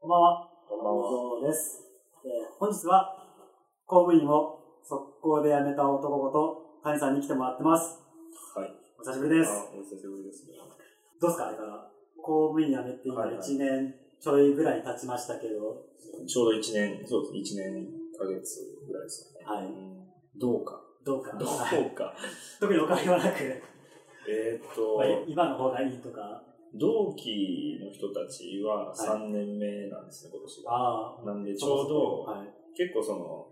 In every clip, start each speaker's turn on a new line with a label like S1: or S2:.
S1: こんばんは。
S2: こんばんは。
S1: 以上です。えー本日は、公務員を速攻で辞めた男こと、谷さんに来てもらってます。
S2: はい。
S1: お久しぶりです。
S2: あお久しぶりですね。
S1: どうですかあれから。公務員辞めて今
S2: はいはい
S1: 1年ちょいぐらい経ちましたけど、
S2: ちょうど一年、そうですね、1年1ヶ月ぐらいですかね。
S1: はい
S2: うんどうか。
S1: どうか。
S2: ど
S1: はいう
S2: か。
S1: 特にお金はなく、
S2: えーっ
S1: まあ
S2: と、
S1: 今の方がいいとか、
S2: 同期の人たち
S1: は
S2: は
S1: い
S2: 3年目なんですね、今年が。
S1: ああ、
S2: なんで、ちょうど、
S1: はい。
S2: 結構その、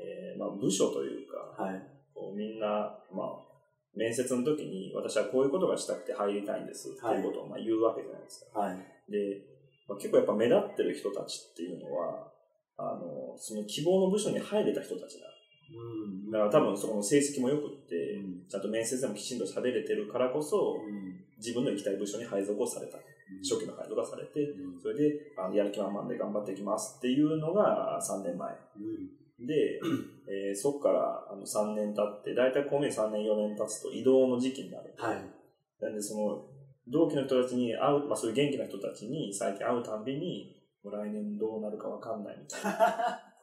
S2: えーまあ、部署というか、
S1: はい。
S2: こうみんな、まあ、面接の時に、私はこういうことがしたくて入りたいんですっていうことをまあ言うわけじゃないですか。
S1: はい。
S2: で、まあ、結構やっぱ目立ってる人たちっていうのは、あの、その希望の部署に入れた人たちだ。
S1: うん。
S2: だから多分そこの成績も良くって、
S1: うん
S2: ちゃんと面接でもきちんと喋れてるからこそ、
S1: うん
S2: 自分の行きたい部署に配属をされた。初期の配属がされて、
S1: うん
S2: それで、あのやる気満々で頑張っていきますっていうのが3年前。で、 えーそこからあの3年経って、だいたい公務員3年4年経つと移動の時期になる。
S1: はい。
S2: なんでその、同期の人たちに会う、まあそういう元気な人たちに最近会うたんびに、もう来年どうなるかわかんないみたいな。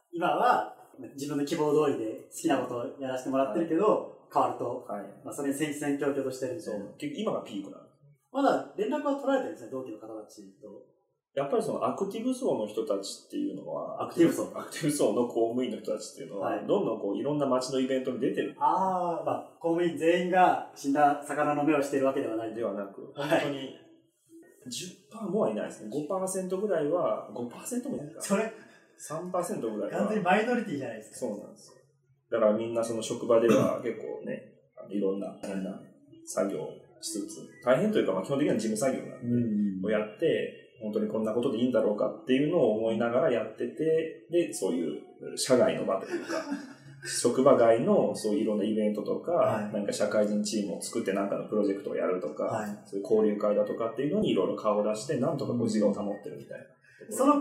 S1: 今は、自分の希望通りで好きなことをやらせてもらってるけど、変わると、
S2: はい。
S1: まあ、それに戦々恐々としてるんで
S2: そう。結局今がピークなの。
S1: まだ連絡は取られてるんですね、同期の方たちと。
S2: やっぱりそのアクティブ層の人たちっていうのは、
S1: アクティブ層
S2: アクティブ層の公務員の人たちっていうのは、
S1: はい
S2: どんどんこういろんな街のイベントに出てる
S1: ああ、まあ、公務員全員が死んだ魚の目をしているわけではないん
S2: で
S1: で。
S2: はなく、
S1: は
S2: 本
S1: い
S2: 当に10%もはいないですね。5%ぐらいは、5%もいないか。
S1: それ、
S2: 3%ぐらいは。
S1: 完全にマイノリティじゃないですか。
S2: そうなんですよ。だからみんなその職場では結構ね、あのいろんな大変な作業をしつつ、大変というかまあ基本的には事務作業なんで
S1: ん
S2: をやって、本当にこんなことでいいんだろうかっていうのを思いながらやってて、で、そういう社外の場という か、職場外のそういういろんなイベントとか、
S1: はい
S2: なんか社会人チームを作ってなんかのプロジェクトをやるとか、
S1: はい
S2: そういう交流会だとかっていうのにいろいろ顔を出して、なんとかこう自我を保ってるみたいなところ。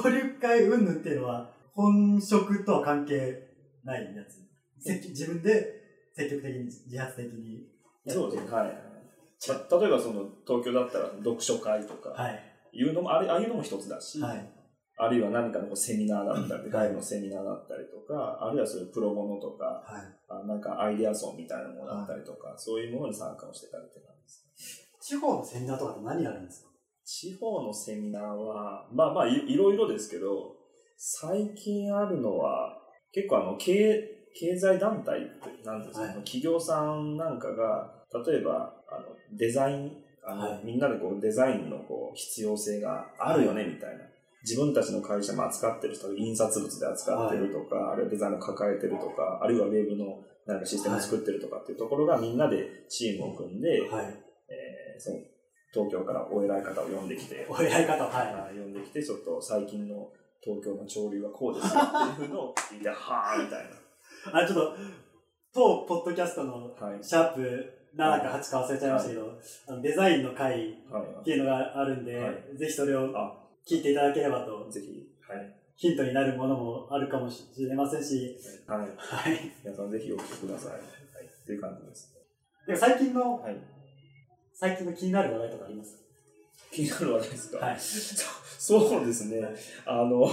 S1: その交流会云々っていうのは、本職とは関係ないやつ。積自分で積極的に、自発的にやってる。
S2: そうですね、はい。まあ例えばその東京だったら読書会とか
S1: はい。
S2: いうのも、あれああいうのも一つだし、
S1: はい。
S2: あるいは何かのこうセミナーだった
S1: うん
S2: り、外部のセミナーだったりとか、あるいはそういうプロモのとか、
S1: はい。
S2: あなんかアイデアソンみたいなものだったりとか、そういうものに参加をしてたりって感じですね。
S1: 地方のセミナーとかって何やるんですか
S2: 地方のセミナーは、まあまあいいろいろですけど、最近あるのは、結構あの経営経済団体ってなんですか、
S1: はい
S2: 企業さんなんかが、例えばあのデザイン、あの
S1: はい
S2: みんなでこうデザインのこう必要性があるよねみたいな。自分たちの会社も扱ってる人、印刷物で扱ってるとか、あるいはデザインを抱えてるとか、あるいはウェブのなんかシステムを作ってるとかっていうところがみんなでチームを組んで、
S1: はい。
S2: えーその東京からお偉い方を呼んできて、
S1: お偉い方、は
S2: あー呼んできて、ちょっと最近の東京の潮流はこうですよっていうのを聞いて、 はーみた
S1: い。
S2: い
S1: あ、ちょっと、当ポッドキャストの
S2: な。はい。
S1: シャープ7か8か忘れちゃいましたけど、あのデザインの回
S2: は
S1: っていうのがあるんで、
S2: は
S1: ぜひそれを
S2: い。あ、
S1: 聞いていただければと、
S2: ぜひ、はい。
S1: ヒントになるものもあるかもしれませんし、
S2: はい。
S1: はい。
S2: 皆さんぜひお聞きください。はい。っていう感じです。
S1: でも最近の、
S2: はい。
S1: 最近の気になる話題とかあります
S2: 気になる話ですか、
S1: はい。
S2: そ そうですね。あの、 は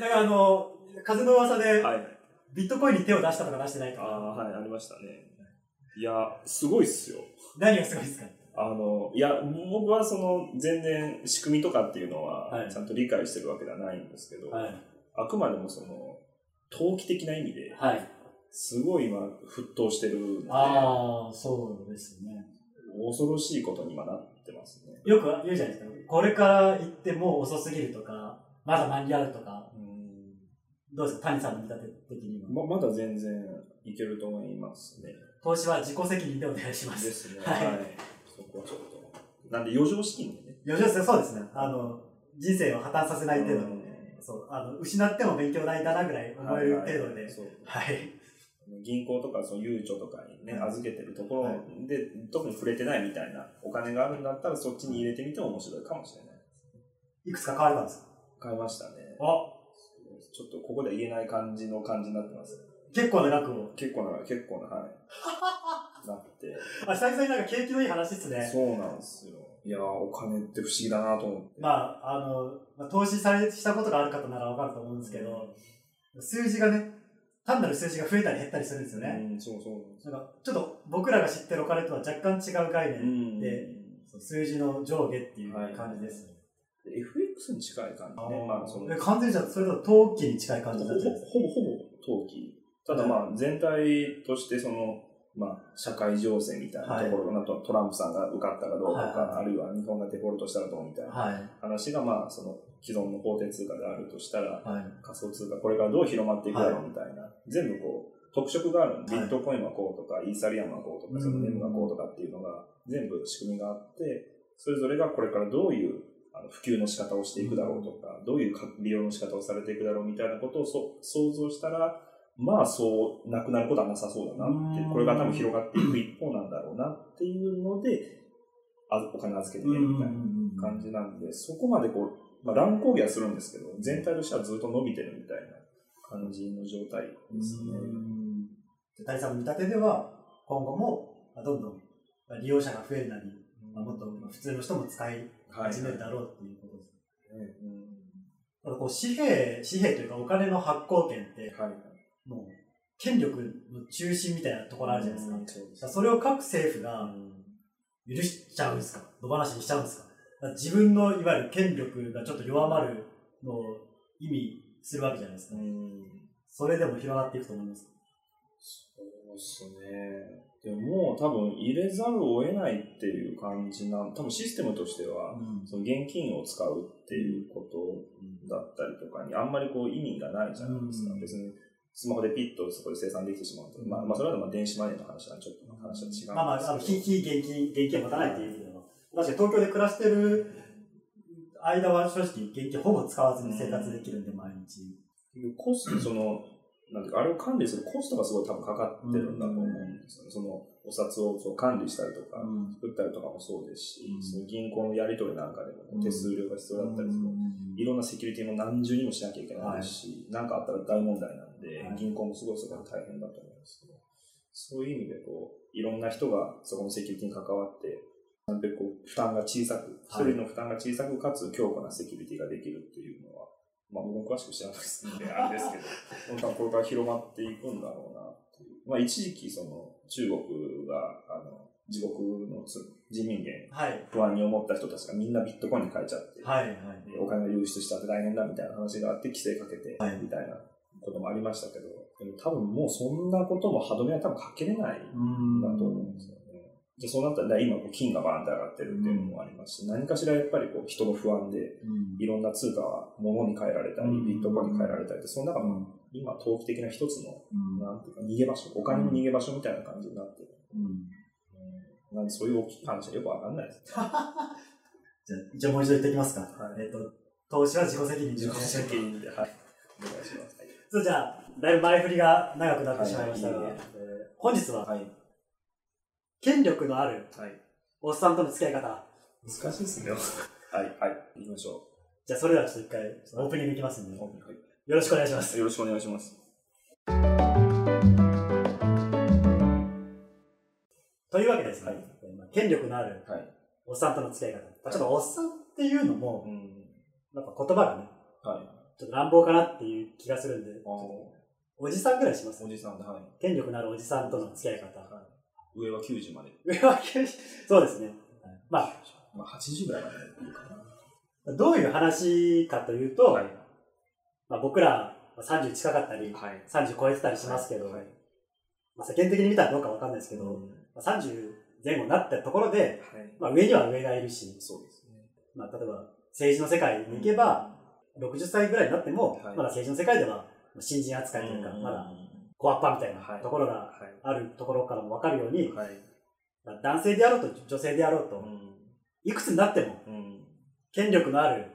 S1: なんかあの、風の噂で、
S2: い。
S1: ビットコインに手を出したとか出してないと
S2: あ
S1: か、
S2: あー、はい、ありましたね。いや、すごいっすよ。
S1: 何がすごいですか
S2: あの、いや、僕はその、全然仕組みとかっていうの
S1: は
S2: は、
S1: い
S2: ちゃんと理解してるわけではないんですけど、
S1: はい。
S2: あくまでもその、投機的な意味で、
S1: はい。
S2: すごい今、沸騰してるんで、
S1: ああ、そうですね。
S2: 恐ろしいことに今なってますね。
S1: よく言うじゃないですか。これから行ってもう遅すぎるとか、まだ間に合うとか、どうですか谷さんの見立て的には。
S2: ままだ全然いけると思いますね。
S1: 投資は自己責任でお願いしま。
S2: ですすね。
S1: はい
S2: そこはちょっと。なんで、余剰資金でね。
S1: よしですね、そうですね。あの、人生を破綻させない程度
S2: う
S1: に、
S2: ん
S1: そう、あの、失っても勉強代だなぐらい思える程度
S2: はいは
S1: で
S2: い。そう
S1: はい。
S2: 銀行とかそのゆうちょとかにね、
S1: はい
S2: 預けてるとこ
S1: は
S2: ろで、特に触れてないみたいなお金があるんだったら、そっちに入れてみても面白いかもしれない。
S1: いくつか買われたんですか
S2: 買いましたね。
S1: あ
S2: ちょっとここで言えない感じの感じになってます。
S1: 結構な額を。
S2: 結構な、結構な、はい。なって。
S1: あ、久々になんか景気のいい話っすね。
S2: そうなんですよ。いやー、お金って不思議だなと思って。
S1: まあ、あの、まあ、投資され、したことがある方ならわかると思うんですけど、数字がね、単なる数字が増えたり減ったりするんですよね。
S2: うん、そうそう。
S1: なんか、ちょっと僕らが知ってるお金とは若干違う概念、
S2: ん
S1: でそう数字の上下っていう感じです、ね
S2: FX に近い感じね。まあ、その、
S1: え完全にじゃあそれだと投機に近い
S2: ほ
S1: 感じ
S2: ぼ
S1: になっちゃうんです
S2: ほぼ、ほぼ投機。ただまあ、全体としてその、まあ、社会情勢みたいなところ、あとトランプさんが受かったかどうかとか、
S1: はいはい
S2: あるいは日本がデフォルトしたらどうみたいな
S1: はい。
S2: 話が、まあ、その、既存の法定通貨であるとしたら、
S1: はい。
S2: 仮想通貨、これからどう広まっていくだろうみたいな、全部こう、特色があるんで、ビ
S1: はい
S2: ットコインはこうとか、イーサリアムはこうと
S1: うん
S2: か、そのネムがこうとかっていうのが、全部仕組みがあって、それぞれがこれからどういうあの普及の仕方をしていくだろうとか、どういうか利用の仕方をされていくだろうみたいなことをそ想像したら、まあそう、なくなることはなさそうだなって
S1: う、ん
S2: これが多分広がっていく一方なんだろうなっていうので、あお金預けてね、みたいな。感じなんで、そこまでこう、まあ、乱高下はするんですけど、全体としてはずっと伸びてるみたいな感じの状態ですね。
S1: うんで谷さんの見立てでは、今後もまあどんどんまあ利用者が増えるなり、まあもっと普通の人も使い
S2: はい
S1: 始めるだろうっていうことです。
S2: うん
S1: ただこう紙幣、紙幣というかお金の発行権って、
S2: はい。
S1: もう権力の中心みたいなところあるじゃないですか。
S2: うん
S1: だか
S2: そうで
S1: ら
S2: す
S1: それを各政府
S2: う
S1: が
S2: ん
S1: 許しちゃうんですか野放しにしちゃうんですかだから自分のいわゆる権力がちょっと弱まるのを意味するわけじゃないですか。
S2: うん
S1: それでも広がっていくと思います。
S2: そうですね。でももう多分入れざるを得ないっていう感じな、多分システムとしては、その現金を使うっていうことだったりとかにあんまりこう意味がないじゃないですか。
S1: うん
S2: 別にスマホでピッとそこで生産できてしまうと。まあ、まあ、それはまあ電子マネーの話はちょっと話は違うんですけど。
S1: まあまあ、あの、非非現金、現金は持たないっていう意味では。確かに東京で暮らしてる間は正直現金ほぼ使わずに生活できるんで、毎日。
S2: コスト、その、なんていうか、あれを管理するコストがすごい多分かかってるんだと思うんですよね。その、お札をそう管理したりとか、作ったりとかもそうですし、
S1: うん
S2: その銀行のやり取りなんかで
S1: うん
S2: も手数料が必要だったりする。いろんなセキュリティも何重にもしなきゃいけないですし、なんかあったら大問題なんで、
S1: はい
S2: 銀行もすごいそこは大変だと思うんですけど、そういう意味でこう、いろんな人がそこのセキュリティに関わって、なるべくこう負担が小さく、一
S1: はい
S2: 人の負担が小さく、かつ強固なセキュリティができるっていうのは、まあ僕も詳しく知らな いですので、あれですけど、多分これから広まっていくんだろうなっていう。まあ一時期その中国が、あの、自国のつ人民元
S1: はい。
S2: 不安に思った人たちがみんなビットコインに変えちゃって、
S1: はい、はい。
S2: でお金が流出したって大変だみたいな話があって規制かけて
S1: はい
S2: みたいなこともありましたけど、でも多分もうそんなことも歯止めは多分かけれないんだ
S1: うん
S2: と思うんですよね。じゃあそうなったらね今こう金がバーンって上がってるっていうのもありますし、何かしらやっぱりこう人の不安でいろんな通貨は物に変えられたり、
S1: うん
S2: ビットコインに変えられたりって、その中の今投機的な一つの、なんていうか逃げ場所、お金の逃げ場所みたいな感じになってる。うん、なんでそういう大きい話はよくわかんないです。
S1: じゃあ、じゃあもう一度言っておきますか。
S2: はい
S1: えっと、投資は自己責任で
S2: 自己責任で、はい。お願いします。
S1: そう、じゃあ、だいぶ前振りが長くなってしまいましたが、
S2: はいいえい
S1: 本日は、
S2: はい。
S1: 権力のある
S2: はい。
S1: おっさんとの付き合い方。
S2: 難しいですね。はい。はい。行きましょ
S1: じゃあ、それではちょっと一回、オープニングいきますん
S2: う。
S1: で、
S2: は
S1: よ
S2: い
S1: ろしくお願いします。
S2: よろしくお願いします。
S1: というわけでですね、
S2: はい
S1: まあ権力のある
S2: はい。
S1: おっさんとの付き合い方。まあちょっとおっさんっていうのも
S2: う、ん。
S1: なんか言葉がね、
S2: は
S1: ちょっと乱暴かなっていう気がするんで、ち
S2: い。
S1: ょっとおじさんぐらいします
S2: おじさんで、はい。
S1: 権力のあるおじさんとの付き合い方。
S2: はい、上は90まで。
S1: 上は90そう ですね。まあ、
S2: まあ、80ぐらいまでいいか
S1: どういう話かというと、
S2: な。はい。
S1: まあ、僕らまあ30近かったり、
S2: はい。
S1: 30超えてたりしますけど、
S2: はい。
S1: まあ、世間的に見たらどうかわかんないですけど、
S2: うん
S1: まあ、30前後になったところで、
S2: はい。
S1: まあ、上には上がいるし、
S2: そうですね。
S1: まあ、例えば政治の世界に行けば、、60歳ぐらいになっても、
S2: はい
S1: まだ政治の世界では新人扱いというか、まだコアッパみたいな
S2: はい
S1: ところが
S2: は
S1: あるところからも分かるように
S2: い。、はい。
S1: まあ男性であろうと女性であろうと、いくつになっても
S2: うん。
S1: 権力のある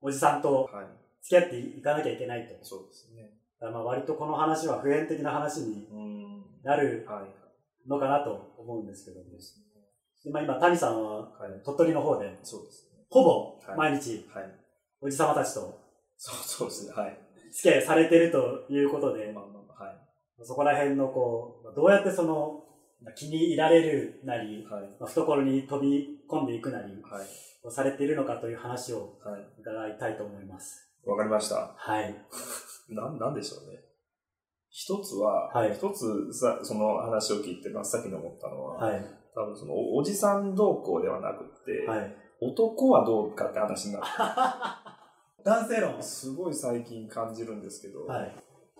S1: おじさんと
S2: はい。
S1: 付き合っていかなきゃいけないと。
S2: そうですね。
S1: だからまあ割とこの話は普遍的な話に
S2: うん。
S1: なる
S2: はい。
S1: のかなと思うんですけど、
S2: ですね。
S1: でまあ、今谷さんは
S2: はい。
S1: 鳥取の方で、
S2: そうですね。
S1: ほぼ
S2: はい
S1: 毎日
S2: はい。
S1: おじさまたちと
S2: そうそうですね。はい。
S1: 付き合いされてるということで、
S2: まあまあまあ、はい。
S1: そこら辺のこう、どうやってそのまあ気に入られるなり、
S2: はい。
S1: まあ、懐に飛び込んでいくなり
S2: はい。
S1: をされているのかという話を
S2: はい。
S1: 伺いたいと思います。
S2: わかりました。
S1: はい。
S2: なん、なんでしょうね。一つは、
S1: はい
S2: 一つさ、その話を聞いて真っ先に思ったのは、
S1: はい。
S2: 多分そのお、おじさん同行ではなくって、
S1: はい。
S2: 男はどうかって話になっ
S1: 男性論
S2: て、。すごい最近感じるんですけど、
S1: はい。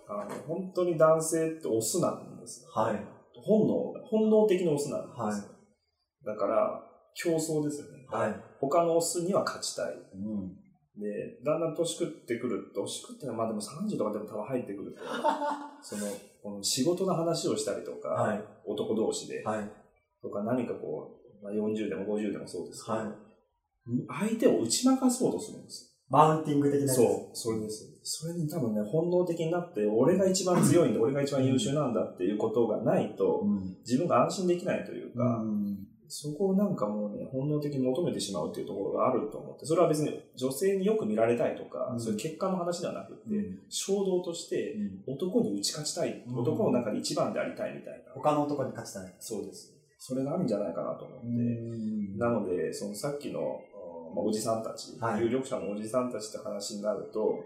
S2: あの本当に男性ってオスなんですよ。
S1: はい
S2: 本能、本能的なオスなんですよ。
S1: はい
S2: だから、競争ですよね。
S1: はい。
S2: 他のオスには勝ちたい。
S1: うん。
S2: で、だんだん年食ってくる、年食ってのはまあでも30とかでも多分入ってくると、その、この仕事の話をしたりとか、
S1: はい。
S2: 男同士で、
S1: はい。
S2: とか何かこう、まあ、40でも50でもそうですけど、
S1: はい
S2: 相手を打ち負かそうとするんですよ
S1: マウンティング的なやつ。
S2: そう、それです。それに多分ね、本能的になって、俺が一番強いんだ、俺が一番優秀なんだっていうことがないと、
S1: ん。
S2: 自分が安心できないというか、
S1: うん。
S2: そこをなんかもうね、本能的に求めてしまうっていうところがあると思って、それは別に女性によく見られたいとか、
S1: うん
S2: そういう結果の話ではなくて、
S1: うん
S2: 衝動として男に打ち勝ちたい、
S1: うん
S2: 男の中で一番でありたいみたいな、
S1: 他の男に勝ちたい。
S2: そうです。それがあるんじゃないかなと思って、
S1: ん
S2: なので、そのさっきの、うんまあ、おじさんたち、
S1: はい
S2: 有力者のおじさんたちって話になると、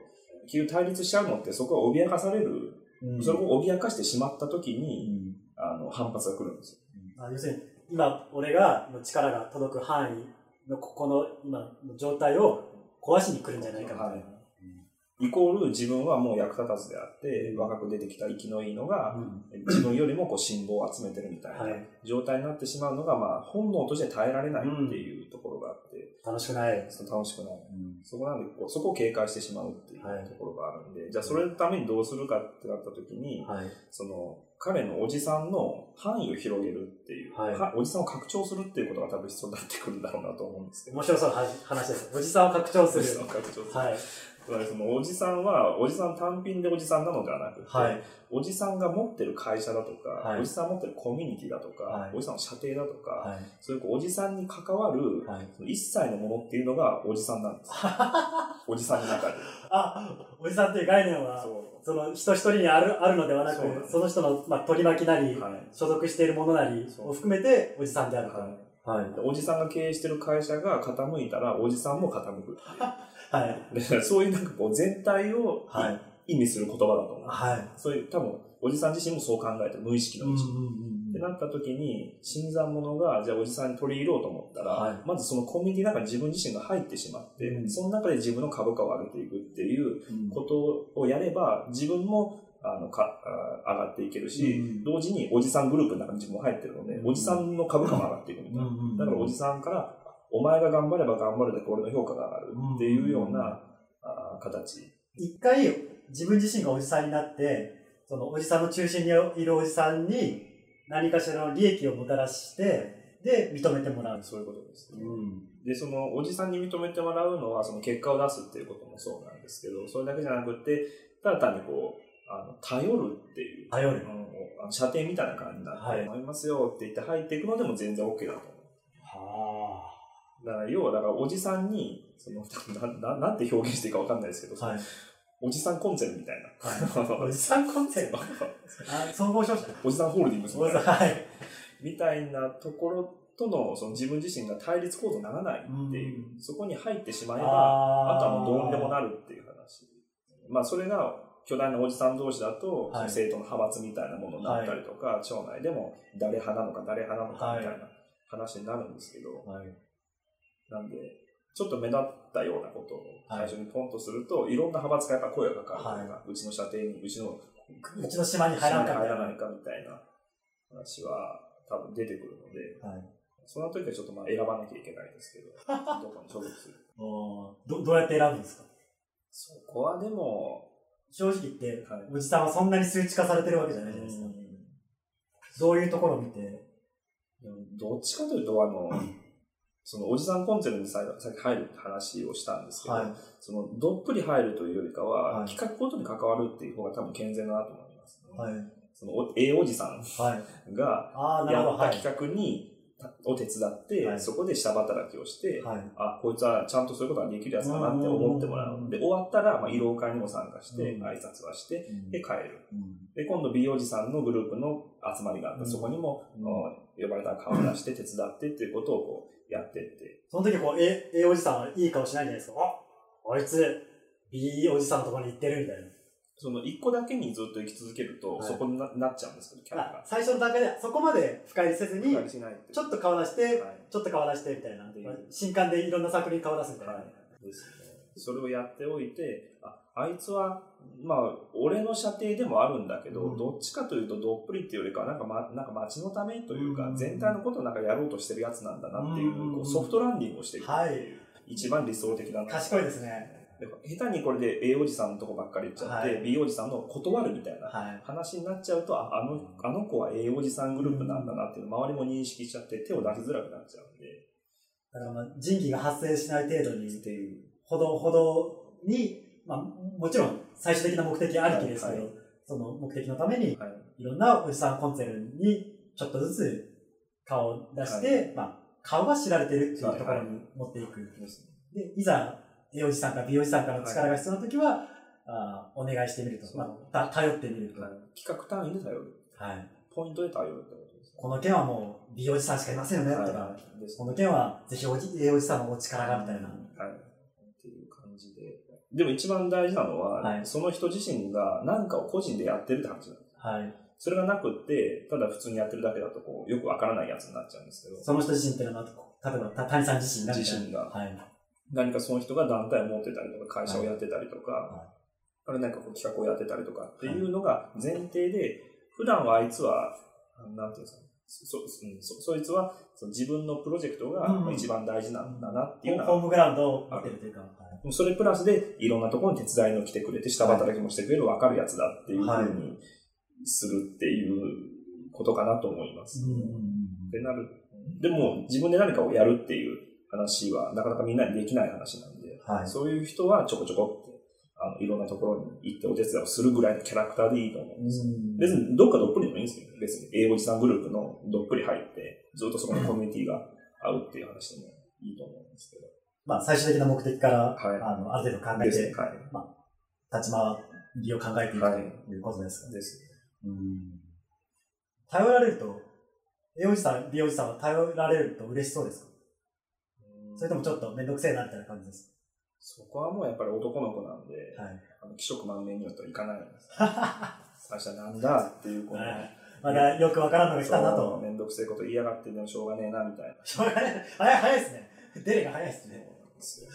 S2: 結局対立しちゃうのってそこは脅かされる、
S1: うん
S2: それを脅かしてしまった時
S1: う
S2: に、
S1: ん
S2: あの、反発が来るんですよ。
S1: あ要するに、今、俺が、の力が届く範囲のここの今の状態を壊しに来るんじゃないかみたいな。
S2: イコール自分はもう役立たずであって、若く出てきた生きのいいのが、
S1: うん
S2: 自分よりもこう信望を集めてるみたい
S1: は。
S2: ない状態になってしまうのが、まあ、本能として耐えられないっていうところがあって、
S1: 楽しくない。
S2: その楽しくない。そこなんでこう、そこを警戒してしまうっていう
S1: はい
S2: ところがあるんで、じゃあそれのためにどうするかってなった時に、
S1: はい。
S2: その、彼のおじさんの範囲を広げるっていう、
S1: はい
S2: おじさんを拡張するっていうことが多分必要になってくるんだろうなと思うんですけど。
S1: 面白そうな話話です。おじさんを拡張す
S2: お
S1: る
S2: じ。さんを拡張する。
S1: はい。
S2: つまりそのおじさんは、おじさん単品でおじさんなのではなくて、
S1: はい。
S2: おじさんが持ってる会社だとか、
S1: はい
S2: おじさん持ってるコミュニティだとか、
S1: はい
S2: おじさんの射程だとか、
S1: は
S2: そういうこうおじさんに関わる
S1: い。、はい。
S2: その一切のものっていうのがおじさ んなんですよ。おじさんの中で。
S1: あ、おじさんという概念は、
S2: そ
S1: その人一人にあるあるのではなく
S2: そうなんで、す
S1: その人の、まあ、取り巻きなり
S2: う。、はい。
S1: 所属しているものなり
S2: そう
S1: を含めて、おじさんであると。
S2: はい
S1: はい。
S2: でおじさんが経営してる会社が傾いたら、おじさんも傾くっ
S1: はい。
S2: ていうで。そういうなんかこう全体をい、
S1: はい。
S2: 意味する言葉だと思う。
S1: はい。
S2: そういう多分、おじさん自身もそう考えてる、無意識
S1: うんう
S2: のうんちに。
S1: うん
S2: ってなった時に、新参者が、じゃあおじさんに取り入ろうと思ったら、
S1: はい
S2: まずそのコミュニティの中に自分自身が入ってしまって、
S1: うん
S2: その中で自分の株価を上げていくっていう
S1: うん
S2: ことをやれば、自分もあのかあ上がっていけるし、
S1: うん
S2: 同時におじさんグループの中に自分も入ってるので、
S1: うん
S2: おじさんの株価も上がっていくみたいな。
S1: うんうん
S2: だからおじさんから、お前が頑張れば頑張るだけ俺の評価が上がるっていうような、あー形。
S1: 一回自分自身がおじさんになって、そのおじさんの中心にいるおじさんに何かしらの利益をもたらして、で、認めてもらう。
S2: そういうことですね。
S1: ん。
S2: で、そのおじさんに認めてもらうのは、その結果を出すっていうこともそうなんですけど、それだけじゃなくて、ただ単にこう、あの頼るっていう、
S1: 頼
S2: う
S1: る。
S2: んあの射程みたいな感じになっ
S1: は
S2: て、
S1: い
S2: 飲みますよって言って入っていくのでも全然 OK だと思
S1: は
S2: う。だから、要は、だからおじさんに、その、なななんて表現していいかわかんないですけど、
S1: はい。
S2: おじさんコンセルみたいな。
S1: おじさんコンセ プト。あ、総合商社。
S2: おじさんホールディングスみ
S1: お
S2: た
S1: じさ
S2: い
S1: ん、
S2: な。
S1: はい。
S2: みたいなところとの、その自分自身が対立構造にならないっていう、
S1: う
S2: そこに入ってしまえば、
S1: あ
S2: あとはもうどうにでもな
S1: る。
S2: るっていう話。まあそれが巨大なおじさん同士だと、
S1: はい
S2: 政党の派閥みたいなものになったりとか、町内でも誰派なのか誰派なのかみたいな話になるんですけど、
S1: はい。
S2: なんで、ちょっと目立ったようなことを最
S1: はい
S2: 初にポンとすると、い、ろんな派閥からやっぱ声がかかるとか、
S1: は
S2: うちの射程に、うちの、
S1: うちの島に入らんか
S2: う
S1: みた
S2: ちの
S1: い
S2: 入
S1: な
S2: らないかみたいな話は多分出てくるので、
S1: はい。
S2: その時はちょっとまあ選ばなきゃいけないんですけ ど、どこに所属する。
S1: おーど、どうやって選ぶんですか
S2: そこはでも、
S1: 正直言って、
S2: はい
S1: おじさんはそんなに数値化されてるわけじゃないじゃないですか。どういうところを見て、
S2: でもどっちかというと、あの、そのおじさんコンセルにささっき入るって話をしたんですけど、
S1: はい。
S2: そのどっぷり入るというよりかは、
S1: はい
S2: 企画ごとに関わるっていう方が多分健全だなと思います、ね
S1: はい。
S2: そのおええおじさん
S1: はい。
S2: が
S1: ああ、なる
S2: や
S1: ほど。
S2: った
S1: はい。
S2: 企画に、を手伝って、
S1: はい
S2: そこで下働きをして、
S1: はい。
S2: あ、こいつはちゃんとそういうことができるやつだなって思ってもらう
S1: うん
S2: で、終わったら、まあ、慰労会にも参加して、
S1: うん
S2: 挨拶はして、
S1: うん
S2: で、帰る。
S1: うん
S2: で、今度 B おじさんのグループの集まりがあった。
S1: うん
S2: そこにも、
S1: うん
S2: あの呼ばれたら顔出して手伝ってっていうことをこうやってって。
S1: その時こう、A、A おじさんはいい顔しないじゃないですか。ああいつ、B おじさんのところに行ってるみたいな。
S2: その一個だけにずっと生き続けると、
S1: はい
S2: そこにななっちゃうんですけど、キャラ
S1: あ
S2: が。
S1: 最初の段階でそこまで深入りせずに、
S2: 関係しないっていう
S1: ちょっと顔出して、
S2: はい
S1: ちょっと顔出してみたいな
S2: っていう。
S1: 新刊でいろんな作品顔出すみたいな。
S2: はい。ですね。それをやっておいて、あ、あいつは、まあ、俺の射程でもあるんだけど、
S1: うん
S2: どっちかというとどっぷりっていうよりかは、なんか、ま、なんか街のためというか、
S1: うん
S2: 全体のことをなんかやろうとしてるやつなんだなっていう、
S1: うん
S2: こうソフトランディングをしていく。
S1: はい。
S2: 一番理想的な。
S1: 賢いですね。
S2: で下手にこれで A おじさんのとこばっかり行っちゃって、
S1: はい
S2: B おじさんの断るみたいな
S1: はい。
S2: 話になっちゃうと、ああのあの子は A おじさんグループなんだなっていうの周りも認識しちゃって、手を出しづらくなっちゃうんで、
S1: だからまあ人気が発生しない程度
S2: っ
S1: に、
S2: ていう。
S1: ほどほどに、まあ、もちろん最終的な目的ありきですけど、
S2: はい
S1: その目的のために、
S2: はい
S1: いろんなおじさんコンツェルにちょっとずつ顔を出して、
S2: はい
S1: まあ、顔が知られてるっていうところに持っていく。
S2: ですね
S1: で、いざ、A おじさんか B おじさんからの力が必要な時は、あーお願いしてみる
S2: そ
S1: と。
S2: う
S1: まあ、た頼ってみると。
S2: は
S1: はいい。
S2: 企画単位で頼る。ポイントで頼るってことですね。
S1: この件はもう、B おじさんしかいませんよね、とか、
S2: はいです
S1: この件はぜひおじ A おじさんのお力が、みたいな。
S2: はい。っていう感じで。でも一番大事なのは、
S1: はい
S2: その人自身が何かを個人でやってるって話なんです。
S1: はい。
S2: それがなくって、ただ普通にやってるだけだとこう、よくわからないやつになっちゃうんですけど、
S1: その人自身っていうのは、例えば、た谷さん自身がみたいな。
S2: 自身が
S1: はい。
S2: 何かその人が団体を持ってたりとか、会社をやってたりとか、
S1: は
S2: あれなんかこう企画をやってたりとかっていうのが前提で、普段はあいつは、あなんていうんですかね、そ、そうんそそいつはその自分のプロジェクト
S1: うんう
S2: が
S1: ん
S2: 一番大事なんだなっていうのは
S1: ホームグラウンドを持ってるというか、はい
S2: もうそれプラスで、いろんなところに手伝いの来てくれて、下働きもしてくれる、分かるやつだっていうふうにするっていうことかなと思います。
S1: うんうん
S2: っ
S1: うん
S2: てなる。でも、自分で何かをやるっていう話は、なかなかみんなにできない話なんで、
S1: はい。
S2: そういう人はちょこちょこって、あの、いろんなところに行ってお手伝いをするぐらいのキャラクターでいいと思うんですよ。
S1: うん
S2: 別に、どっかどっぷりでもいいんですけどね、別に、英おじさんグループのどっぷり入って、ずっとそこのコミュニティが合うっていう話でもいいと思うんですけど。
S1: まあ、最終的な目的から、
S2: はい
S1: あの、ある程度考えて、
S2: ですね
S1: 立ち
S2: はい。
S1: 回りを考えていく
S2: はい
S1: ということですかね。
S2: ですね。
S1: うん頼られると、A おじさん、B おじさんは頼られると嬉しそうですかそれともちょっと面倒くせえなみたいな感じです
S2: そこはもうやっぱり男の子なんで、
S1: か。はい。
S2: あの気色満面にはといかないんです。最初はなんだっていうこの、
S1: はい まだよくわからんのが来たな
S2: そう
S1: と。
S2: めんどくせえこと言いやがってでもしょうがねえなみたいな。
S1: しょうがない。早い、早いですね。出るが早いです
S2: そう
S1: ね。
S2: なんですよ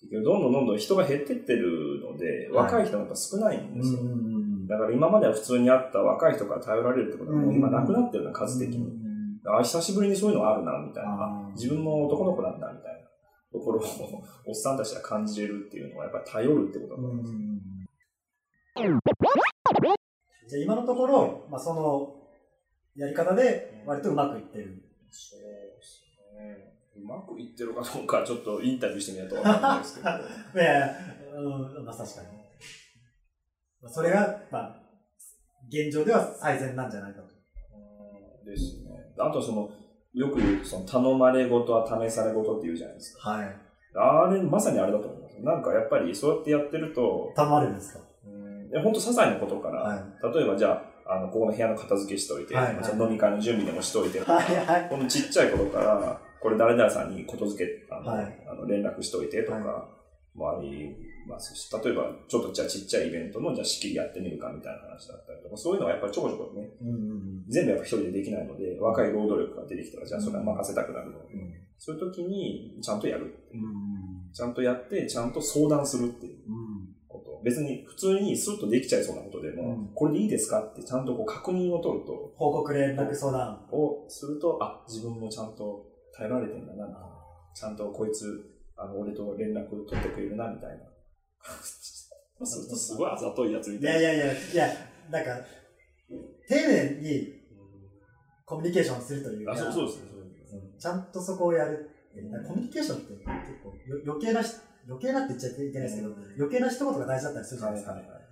S2: 結局どんどんどんどん人が減ってってるので、
S1: はい
S2: 若い人もやっぱ少ないんですよ。
S1: うんうんうん
S2: だから今までは普通にあった若い人から頼られるってことはもう今なくなってるな、数的
S1: うんう
S2: に。
S1: んうん
S2: あ、久しぶりにそういうのがあるな、みたいな。
S1: あ
S2: あ
S1: ー
S2: 自分も男の子なんだ、みたいなところを、おっさんたちが感じれるっていうのはやっぱり頼るってことだと思います。
S1: じゃあ今のところ、まあ、そのやり方で割とうまくいってる。
S2: そうですね。うまくいってるかどうか、ちょっとインタビューしてみないとわかんないですけど。
S1: いやいや、うん、まあ確かに。まあそれが、まあ、現状では最善なんじゃないかと。
S2: うんですね。あとその、よく言うと、その、頼まれ事は試され事って言うじゃないです
S1: はい。
S2: か。あれ、まさにあれだと思います。なんかやっぱり、そうやってやってると、
S1: たまるんですか
S2: うん、いや本当些細なことから、
S1: はい。
S2: 例えばじゃあ、あの、ここの部屋の片付けしといて、
S1: はいはい
S2: その飲み会の準備でもしといて、
S1: はいはい。
S2: このちっちゃい頃から、これ誰々さんにことづけ、あの、
S1: はい
S2: あの連絡しといてとか、
S1: は
S2: もありますし、例えば、ちょっとじゃあちっちゃいイベントの、じゃあ仕切りやってみるかみたいな話だったりとか、そういうのはやっぱりちょこちょこね、
S1: うんうんうん。
S2: 全部やっぱ一人でできないので、若い労働力が出てきたら、じゃあそれは任せたくなるので、
S1: うん
S2: そういう時に、ちゃんとやる。
S1: うん
S2: ちゃんとやって、ちゃんと相談するっていう
S1: うん
S2: こと。別に、普通にスッとできちゃいそうなことでも、
S1: うん
S2: これでいいですかってちゃんとこう確認を取ると、
S1: 報告連絡相談。
S2: をすると、あ、自分もちゃんと耐えられてんだな、ちゃんとこいつ、あの、俺と連絡取ってくれるな、み たいな。そうするとすごいあざといやつみ
S1: い
S2: たい
S1: や
S2: な。
S1: いやいや、いや、なんか、丁寧にコミュニケーションするというか。
S2: あ、そうそうですね。
S1: ちゃんとそこをやるっていう。コミュニケーションって結構よ余計なし、余計なって言っちゃいけないですけど、余計な一言が大事だったりするじゃ
S2: は
S1: な
S2: い
S1: い
S2: は
S1: で
S2: い
S1: すか。
S2: はい。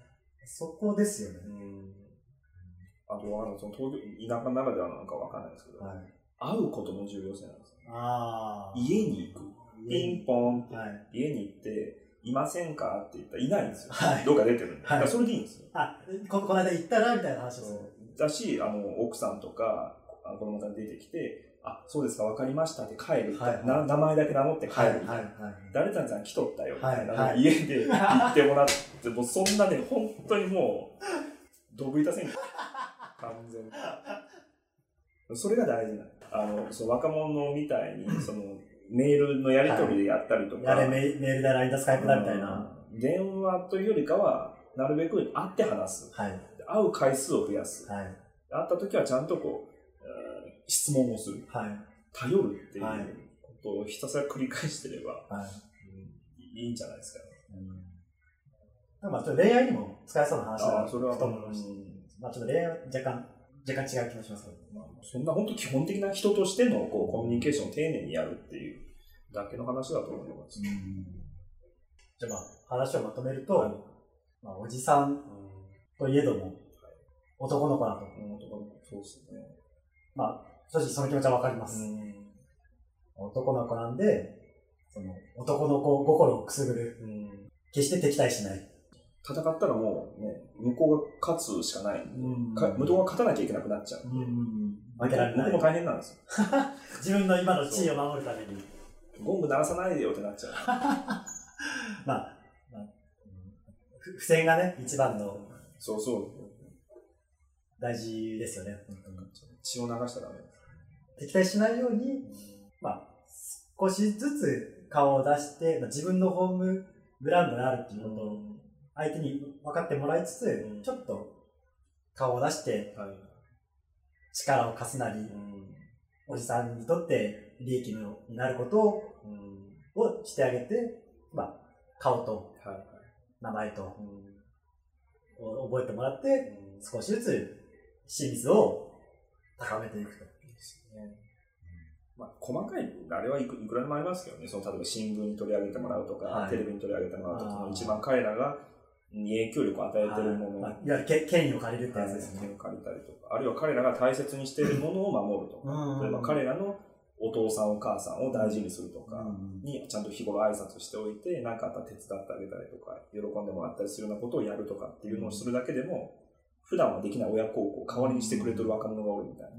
S1: そこですよね。
S2: うんあとは、その東京、田舎ならではなのかわかんないですけど、
S1: はい。
S2: 会うことも重要性なんですよね。
S1: ああ。
S2: 家に行く。ピンポンって
S1: はい。
S2: 家に行って、いませんかって言ったらいないんですよ。
S1: はい
S2: どっか出てるんで。だ
S1: はい
S2: からそれでいいんですよ。
S1: あ、ここの間行ったらみたいな話をする。
S2: だし、あの、奥さんとか、あの子供さん出てきて、あ、そうですか、わかりましたって帰る。
S1: はいはい
S2: な名前だけ名乗って帰る。
S1: はいはいはい。
S2: 誰々さん来とったよみたいな、
S1: はいはい
S2: 家で行ってもらって、もうそんなね、本当にもう、どぶいたせん。完全に。それが大事なの。あの、その若者みたいに、その、メールのやり取りでやったりとか、
S1: あれメイメールだ、LINE だ、スカイプだみたいな。
S2: うん電話というよりかは、なるべく会って話す。
S1: はい。
S2: 会う回数を増やす。
S1: はい。
S2: 会った時はちゃんとこう、うん質問をする。
S1: はい。
S2: 頼るってい
S1: はいう
S2: ことをひたすら繰り返してれば、
S1: はい。
S2: うんいいんじゃないですかね。
S1: うんなんかまあちょっと恋愛にも使えそうな話だ
S2: あ
S1: な
S2: あ、それは、
S1: と思いました。まあちょっと恋愛は若干、若干違う気もしますけど。
S2: まあそんな本当基本的な人としてのこうコミュニケーションを丁寧にやるっていうだけの話だと思います。
S1: じゃあまあ話をまとめると、
S2: はい
S1: まあおじさんといえども、男の子だと。
S2: うん、男の子そうですね。
S1: 正直その気持ちはわかります。男の子なんで、その男の子心をくすぐる。
S2: うん
S1: 決して敵対しない。
S2: 戦ったらもうね、向こうが勝つしかない。
S1: うん
S2: か向こうが勝たなきゃいけなくなっちゃう。
S1: 負けられな
S2: 向こうも
S1: い。
S2: 大変なんですよ。
S1: 自分の今の地位を守るために。
S2: ゴング鳴らさないでよってなっちゃう。
S1: まあ、まあ、うんふ付箋がね、一番の
S2: そうそう。
S1: 大事ですよね。本当に
S2: 血を流したらダメで
S1: 敵対しないように、
S2: す。
S1: まあ、少しずつ顔を出して、まあ、自分のホームグラウンドであるっていうことを相手に分かってもらいつつ、
S2: うん
S1: ちょっと顔を出して
S2: はい。
S1: 力を貸すなり、
S2: うん
S1: おじさんにとって利益になること
S2: うん
S1: をしてあげて、まあ、顔と
S2: はい。
S1: 名前と
S2: うん
S1: を覚えてもらって、少しずつ親密を高めていくと。
S2: ですね。まあ、細かい、あれはいくいくらでもありますけどね、その例えば新聞に取り上げてもらうとか、
S1: はい
S2: テレビに取り上げてもらうとか、
S1: あー
S2: その一番彼らがに影響力を与えているもの、
S1: まあ
S2: はい
S1: いわゆるけ権威を借りるってやつです
S2: 手
S1: ね。
S2: を借りたりとか、あるいは彼らが大切にしているものを守るとか、
S1: うん
S2: 例えば彼らのお父さん、お母さんを大事にすると
S1: う
S2: か、
S1: ん
S2: にちゃんと日頃挨拶しておいて、何かあったら手伝ってあげたりとか、喜んでもらったりするようなことをやるとかっていうのをするだけでも、普段はできない親孝行を代わりにしてくれてる若者がおるみたいな。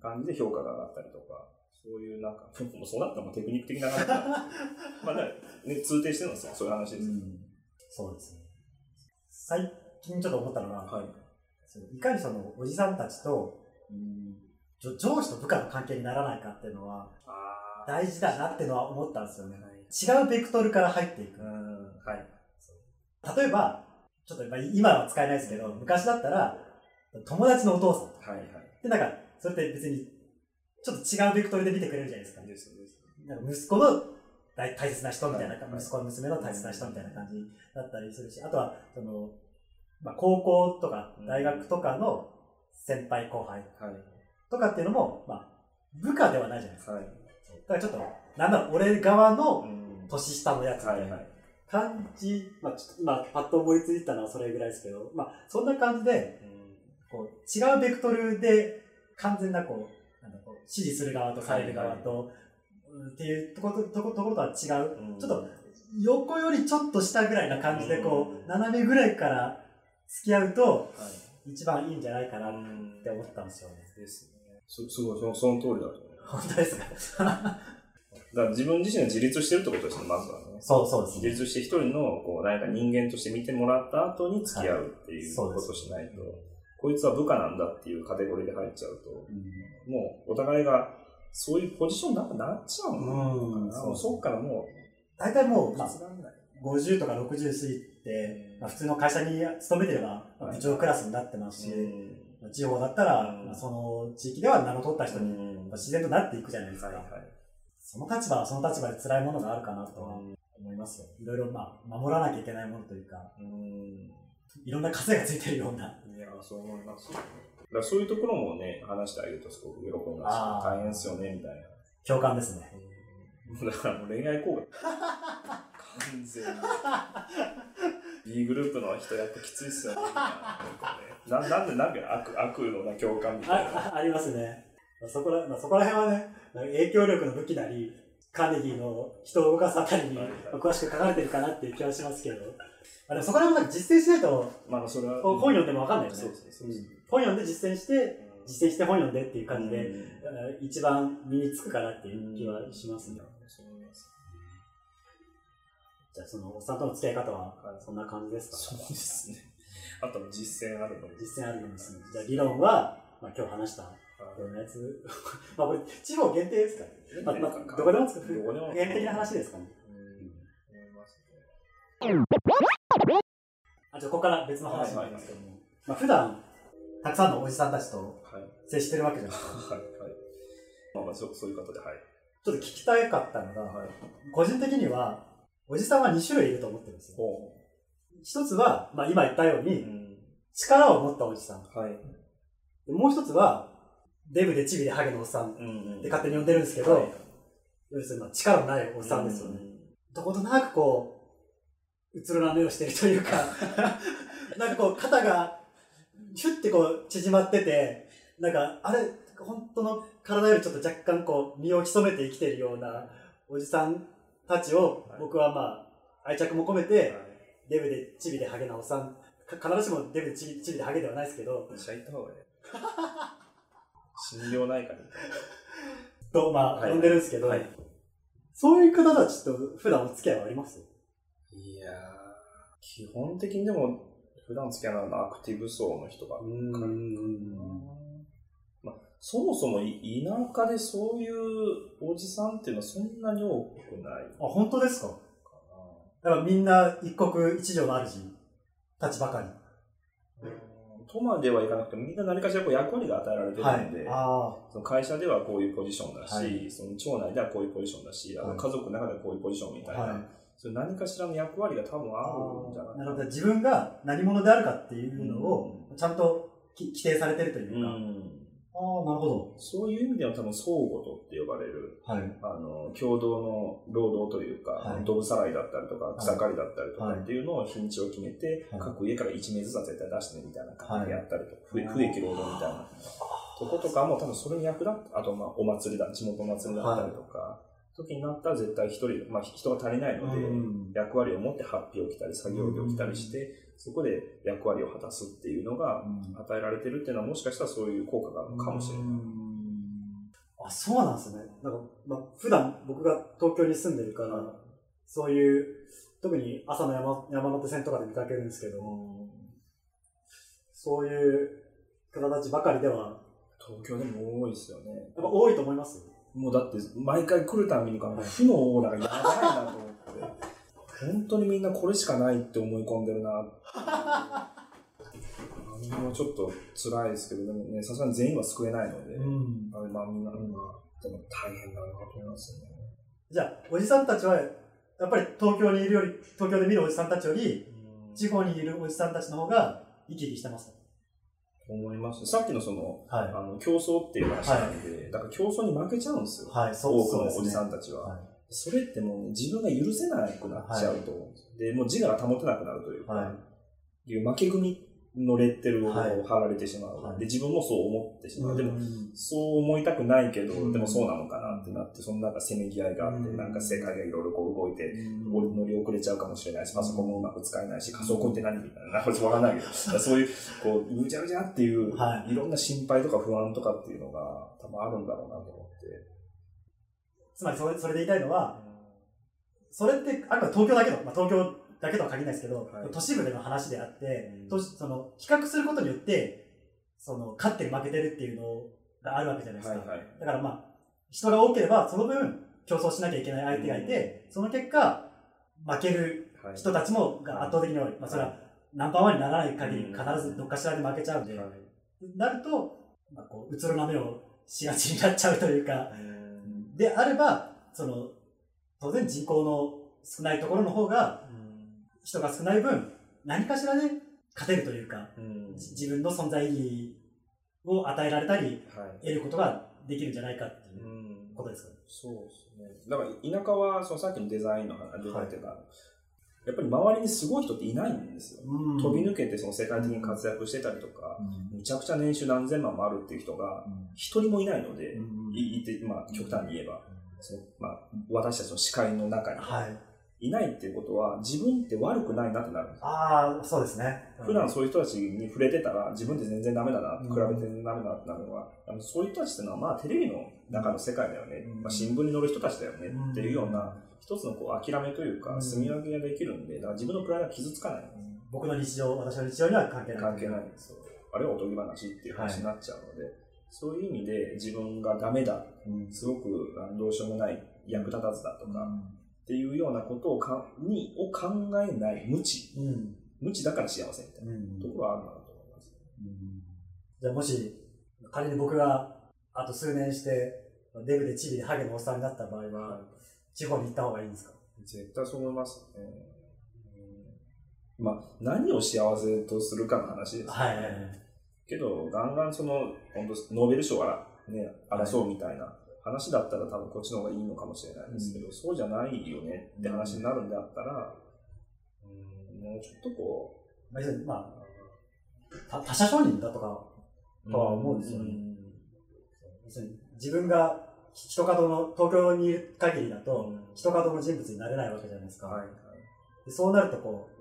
S2: 感じで評価が上がったりとか、そういうなんか、もうそうなったらもうテクニック的な話だ まあ、だからね、通底してるんですよ、そういう話
S1: う
S2: ですよ。
S1: んそうですね。最近ちょっと思ったのが、
S2: はい。
S1: そのいかにそのおじさんたちと、うんじょ上司と部下の関係にならないかっていうのは
S2: あ
S1: 大事だなっていうのは思ったんですよね。
S2: い。
S1: 違うベクトルから入っていく
S2: う。ん、はい。
S1: 例えば、ちょっとまあ今は使えないですけど、昔だったら、友達のお父さん。
S2: はい、は
S1: で、なんか、それって別に、ちょっと違うベクトルで見てくれるじゃないですか
S2: い。。ですよ、です
S1: な
S2: よ。
S1: んか息子の大大切な人みたいな、
S2: はいはい
S1: 息子娘の大切な人みたいな感じだったりするし、あとは、その、まあ、高校とか
S2: うん
S1: 大学とかの先輩後輩
S2: はい。
S1: とかっていうのも、まあ、部下ではないじゃないですか。
S2: はい。
S1: だからちょっと、なんだろう、俺側
S2: う
S1: の
S2: ん
S1: 年下のやつみた
S2: はいい、
S1: な
S2: はい。
S1: 感じ、まあ、ちょっと今、パッと思いついたのはそれぐらいですけど、まあ、そんな感じで、こう、違うベクトルで完全なこう、なんだこう、支持する側とされる側と、うんっていうとこととこところとは違う
S2: うん
S1: ちょっと、横よりちょっと下ぐらいな感じでこ
S2: う
S1: うん斜めぐらいから付き合うと
S2: はい。
S1: 一番いいんじゃないかなっ
S2: ん
S1: て思ったんですよね。
S2: ですね。すすごい、そのその通りだと思う。
S1: 本当ですか
S2: だから自分自身が自立してるってことですね、まずはね。
S1: そうそうです
S2: 自
S1: ね。
S2: 立して一人の、こう、何か人間として見てもらった後に付き合うっていう
S1: はい
S2: ことをしないと、こいつは部下なんだっていうカテゴリーで入っちゃうと、
S1: う
S2: もうお互いがそういうポジションになんかなっちゃうのか
S1: んうん
S2: な、もうそっからも
S1: 大体も
S2: う、
S1: う、まあ、
S2: らんない。
S1: 50とか60過ぎて、まあ、普通の会社に勤めてればまあ部長クラスになってますし、
S2: う
S1: 地方だったら
S2: うん
S1: まあその地域では名の取った人にま
S2: ん
S1: あ自然となっていくじゃないです
S2: はいは。
S1: か。その立場はその立場で辛いものがあるかなとはい思いますよ。いろいろまあ守らなきゃいけないものというか、
S2: うん
S1: いろんな枷がついてるような。
S2: いや、そう思いますよね。だからそういうところもね、話してあげるとすごく喜びます
S1: あ
S2: し、
S1: ー
S2: 大変ですよね、みたいな。
S1: 共感ですね。
S2: だからもう恋愛効果完全に B グループの人やっぱきついっすよねみたいななんかねななんでなんか悪悪のな共感みたいな
S1: あ、あありますね。まあそこら、まあ、そこら辺はね、まあ影響力の武器なり、カーネギーの人を動かすあたりに、ま
S2: はい
S1: あ詳しく書かれてるかなっていう気はしますけど。まあ、でもそこら辺もなんか実践しないと、
S2: まあ、それは。
S1: 本読んでもわかんないよね
S2: そうそうそうそう。
S1: 本読んで実践して、実践して本読んでっていう感じで、
S2: うん
S1: あ一番身につくかなっていう気はしますね。
S2: そう思います
S1: じゃあ、そのおっさんとの付き合い方は、そんな感じですか
S2: そうですね。あと実践あるので。
S1: 実践あるんですね。じゃあ、理論は、まあ、今日話した、このやつ、 まあ、これ、地方限定ですからね。まあまあどこでも作る
S2: どこでも
S1: 限定的な話ですかね。
S2: うん思いますね
S1: あ、じゃあ、ここから別の話になりますけども。まあ、普段、たくさんのおじさんたちと
S2: はい。
S1: 接してるわけじゃないですか。
S2: はい。はい。まあまあ、そうそういうことで、はい。
S1: ちょっと聞きたかったのが、
S2: はい。
S1: 個人的には、おじさんは2種類いると思ってるんですよ。
S2: ほ
S1: 一つは、まあ、今言ったよう
S2: う
S1: に、
S2: ん。
S1: 力を持ったおじさん。
S2: はい。
S1: でもう一つは、デブでチビでハゲのおっさんっ
S2: うん
S1: て勝手に呼んでるんですけど、要するにまあ力のないお
S2: お
S1: っさんですよね。どことなくこう、うつろな目をしてるというか、 なんかこう、肩が、ヒュッてこう、縮まってて、なんか、あれ、本当の体よりちょっと若干こう、身を潜めて生きてるようなおじさんたちを
S2: はい、
S1: 僕はまあ、愛着も込めて、デブでチビでハゲなおっさん、か必ずしもデブでチビチビでハゲではないですけど、
S2: 医者行った 方がいい。心療内科に。
S1: と、まあ、
S2: はい
S1: 呼んでるんですけど、
S2: はい
S1: そういう方たちと普段お付き合いはあります
S2: いやー、基本的にでも、普段付き合いのあのアクティブ層の人が
S1: ん。
S2: まあ、そもそもい田舎でそういうおじさんっていうのはそんなに多くない
S1: あ、本当ですか
S2: か
S1: だからみんな一国一城の主たちばかり。
S2: な。とまではいかなくてもみんな何かしらこう役割が与えられてるんで、
S1: あ
S2: その会社ではこういうポジションだし、
S1: はい
S2: その町内ではこういうポジションだし、あの
S1: はい
S2: 家族の中ではこういうポジションみ
S1: あ。
S2: たいな、
S1: はい。
S2: そういう何かしらの役割が多分あるんじゃない
S1: なるほど。自分が何者であるかっていうのを
S2: う、
S1: ちゃんとき規定されてるという
S2: う
S1: か。ああ、なる
S2: ん、
S1: ほ
S2: そういう意味では多分相互とって呼ばれる
S1: ど。はい。
S2: あの、共同の労働というか、
S1: はい
S2: ドブさらいだったりとか、草刈りだったりとか
S1: はい
S2: っていうのを日にちを決めて、
S1: はい
S2: 各家から1名ずつは絶対出してねみたいな感じでやったりとか、
S1: はい
S2: 不不益労働みたいなとことかも多分それに役立って、あとまあお祭りだ、地元お祭りだったりとか、時になったら絶対一人、まあ人が足りないので、
S1: うん
S2: 役割を持って発表を着たり、作業着を着たりして、そこで役割を果たすっていうのが与えられてるっていうのはもしかしたらそういう効果があるのかもしれな
S1: う
S2: い。
S1: んあ、そうなんですね。なんか、まあ、普段僕が東京に住んでるから、そういう、特に朝の山山手線とかで見かけるんですけども、そういう方たちばかりでは、
S2: 東京でも多いですよね。
S1: やっぱ多いと思います
S2: もうだって、毎回来るたびにこの負のオーラがやばいなと思って、本当にみんなこれしかないって思い込んでるなっていう。あのちょっと辛いですけど、でもね、さすがに全員は救えないので、
S1: ん。
S2: あれまあみんな、でも大変だなと思いますよね。
S1: じゃあ、おじさんたちは、やっぱり東京にいるより、東京で見るおじさんたちより、地方にいるおじさんたちの方が生き生きしてます。
S2: 思います。さっきのその、あ
S1: は
S2: の競争っていう話なんで、だから競争に負けちゃうんです
S1: い。
S2: よ。
S1: はい、そう
S2: 多く
S1: そうで
S2: の
S1: す
S2: お
S1: ね。
S2: じさんたちは。
S1: はい
S2: それってもう自分が許せなくなっちゃうと思うんですよ、で、もう自我が保てなくなるというか、、
S1: はい
S2: う負け組のレッテルを
S1: はい
S2: 貼られてしまう、
S1: はい
S2: で、自分もそう思ってしまう。で
S1: う
S2: も、
S1: ん
S2: そう思いたくないけど、
S1: うん
S2: でもそうなのかなってなって、そのなんかせめぎ合いがあって、
S1: うん
S2: なんか世界がいろいろこう動いて、俺乗り遅れちゃうかもしれないし、パソコンもうまく使えないし、仮想コンって何みたいな、なんかわからないけど、そういう、こう、むちゃむちゃっていう、、
S1: はい
S2: ろんな心配とか不安とかっていうのが多分あるんだろうなと思って。
S1: つまりそれ、それで言いたいのは、それって、あくまで東京だけの、まあ、東京だけとは限らないですけど、
S2: はい
S1: 都市部での話であって
S2: うん、
S1: 都市その、比較することによって、その、勝ってる負けてるっていうのがあるわけじゃないです
S2: は
S1: か。
S2: いはい。
S1: だからまあ、人が多ければ、その分、競争しなきゃいけない相手がいて、その結果、負ける
S2: はい
S1: 人たちもが圧倒的に多い。まあ、それはナンバーワンにならない限り必ずどっかしらで負けちゃうんで、
S2: はい
S1: なると、まあ、こう、うつろな目をしがちになっちゃうというか、
S2: うん
S1: であれば、その、当然人口の少ないところの方が、人が少ない分、何かしらで勝てるというか、
S2: うん
S1: じ自分の存在意義を与えられたり、
S2: はい
S1: 得ることができるんじゃないかっていううんことですかね。
S2: そうですね。だから田舎はそのさっきのデザインの話、デザインっていうか、やっぱり周りにすごい人っていないんですよ。
S1: うん
S2: 飛び抜けてその世界的に活躍してたりとか、むちゃくちゃ年収何千万もあるっていう人が、一人もいないので、いいって、まあ、極端に言えば、そのまあ、私たちの視界の中に
S1: はい。
S2: いないっていうことは、自分って悪くないなってなるんですよ。
S1: ああ、そうですね。
S2: 普段そういう人たちに触れてたら、自分って全然ダメだな、比べて全然ダメだなってなるのは、あのそういう人たちっていうのは、まあ、テレビの中の世界だよね、
S1: うん
S2: まあ、新聞に載る人たちだよね
S1: うん
S2: っていうような、一つのこう諦めという
S1: う
S2: か、
S1: ん
S2: 住み分けができるんで、だから自分のプライドは傷つかない。
S1: うん僕の日常、私の日常には関係ない。
S2: 関係ないんですよ。あれはおとぎ話っていう話になっちゃうので、そういう意味で自分がダメだ、
S1: うん。
S2: すごくあのどうしようもない、役立たずだとか、っていうようなことをかにを考えない無知。
S1: うん。
S2: 無知だから幸せみたい
S1: うん
S2: なところはあるなと思います。
S1: じゃあもし、仮に僕が、あと数年して、デブでチビでハゲのおっさんになった場合は、地方に行った方がいいんですか
S2: 絶対そう思いますね。うんまあ、何を幸せとするかの話です、
S1: はい。
S2: けど、ガンガンその、本当ノーベル賞あら、ね、争うみたいな話だったら多分こっちの方がいいのかもしれないですけど、そうじゃないよねって話になるんであったら、うん、もうちょっとこ
S1: まあ要するに、まあ、た他者商人だとか、
S2: う、
S1: とは思うんですよね要するに自分が人角の、東京にいる限りだと、
S2: うん
S1: 人角の人物になれないわけじゃないですか。
S2: はい、は
S1: でそうなるとこう、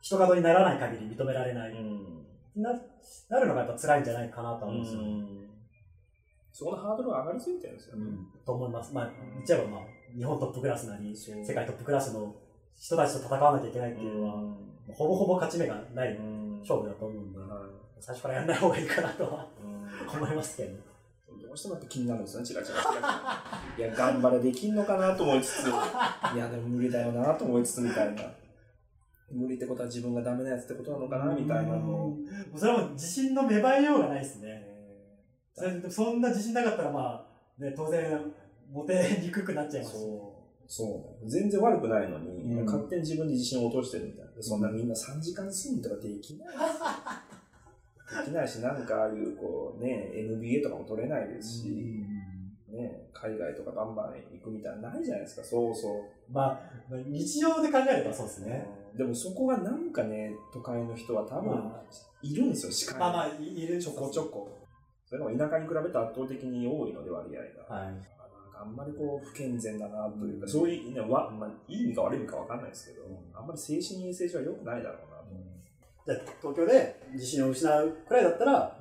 S1: 人角にならない限り認められない
S2: い。。うん
S1: ななるのがやっぱ辛いんじゃないかなとは思うんですよ。
S2: うんそこのハードルが上がりすぎてるんですよね。
S1: と思います。まあ、言っちゃえばまあ、日本トップクラスなり、
S2: そう
S1: 世界トップクラスの人たちと戦わなきゃいけないっ
S2: ってて
S1: い
S2: いうう
S1: の
S2: の
S1: は、
S2: は、
S1: ほぼほぼ勝ち目がない
S2: うん
S1: 勝負だと思うんで、
S2: はい
S1: 最初からやんない方がいいかなとは 思いますけど。
S2: どうしてもやっぱ気になるんですよね、違う違う違う。いや、頑張れできんのかなと思いつつ、いや、でも無理だよなと思いつつみたいな。無理ってことは自分がダメなやつってことなのかなみたいなのを。
S1: うんそれはもう自信の芽生えようがないですね。それそんな自信なかったらまあ、ね、当然、モテにくくなっちゃいますし。
S2: そう。そう。全然悪くないのに、
S1: うん
S2: 勝手に自分で自信を落としてるみたいな。そんなみんな3時間睡眠とかできないですよ。できないし、なんかああいう、こうね、MBA とかも取れないですし、ね、海外とかバンバン行くみたいなのないじゃないですか、そうそう。
S1: まあ、日常で考えればそうですね。
S2: でもそこがなんかね、都会の人は多分
S1: ま
S2: いるんですよ、視
S1: あ、
S2: 界
S1: まあまあ、いいる。
S2: ちょこちょこ。それが田舎に比べて圧倒的に多いので割合が。
S1: はい。
S2: なんかあんまりこう不健全だなという
S1: う
S2: か、
S1: ん
S2: そういう、ねわまあ、いい意味か悪い意味かわかんないですけど
S1: うん、
S2: あんまり精神衛生上は良くないだろうなと。
S1: じゃあ東京で自信を失うくらいだったら、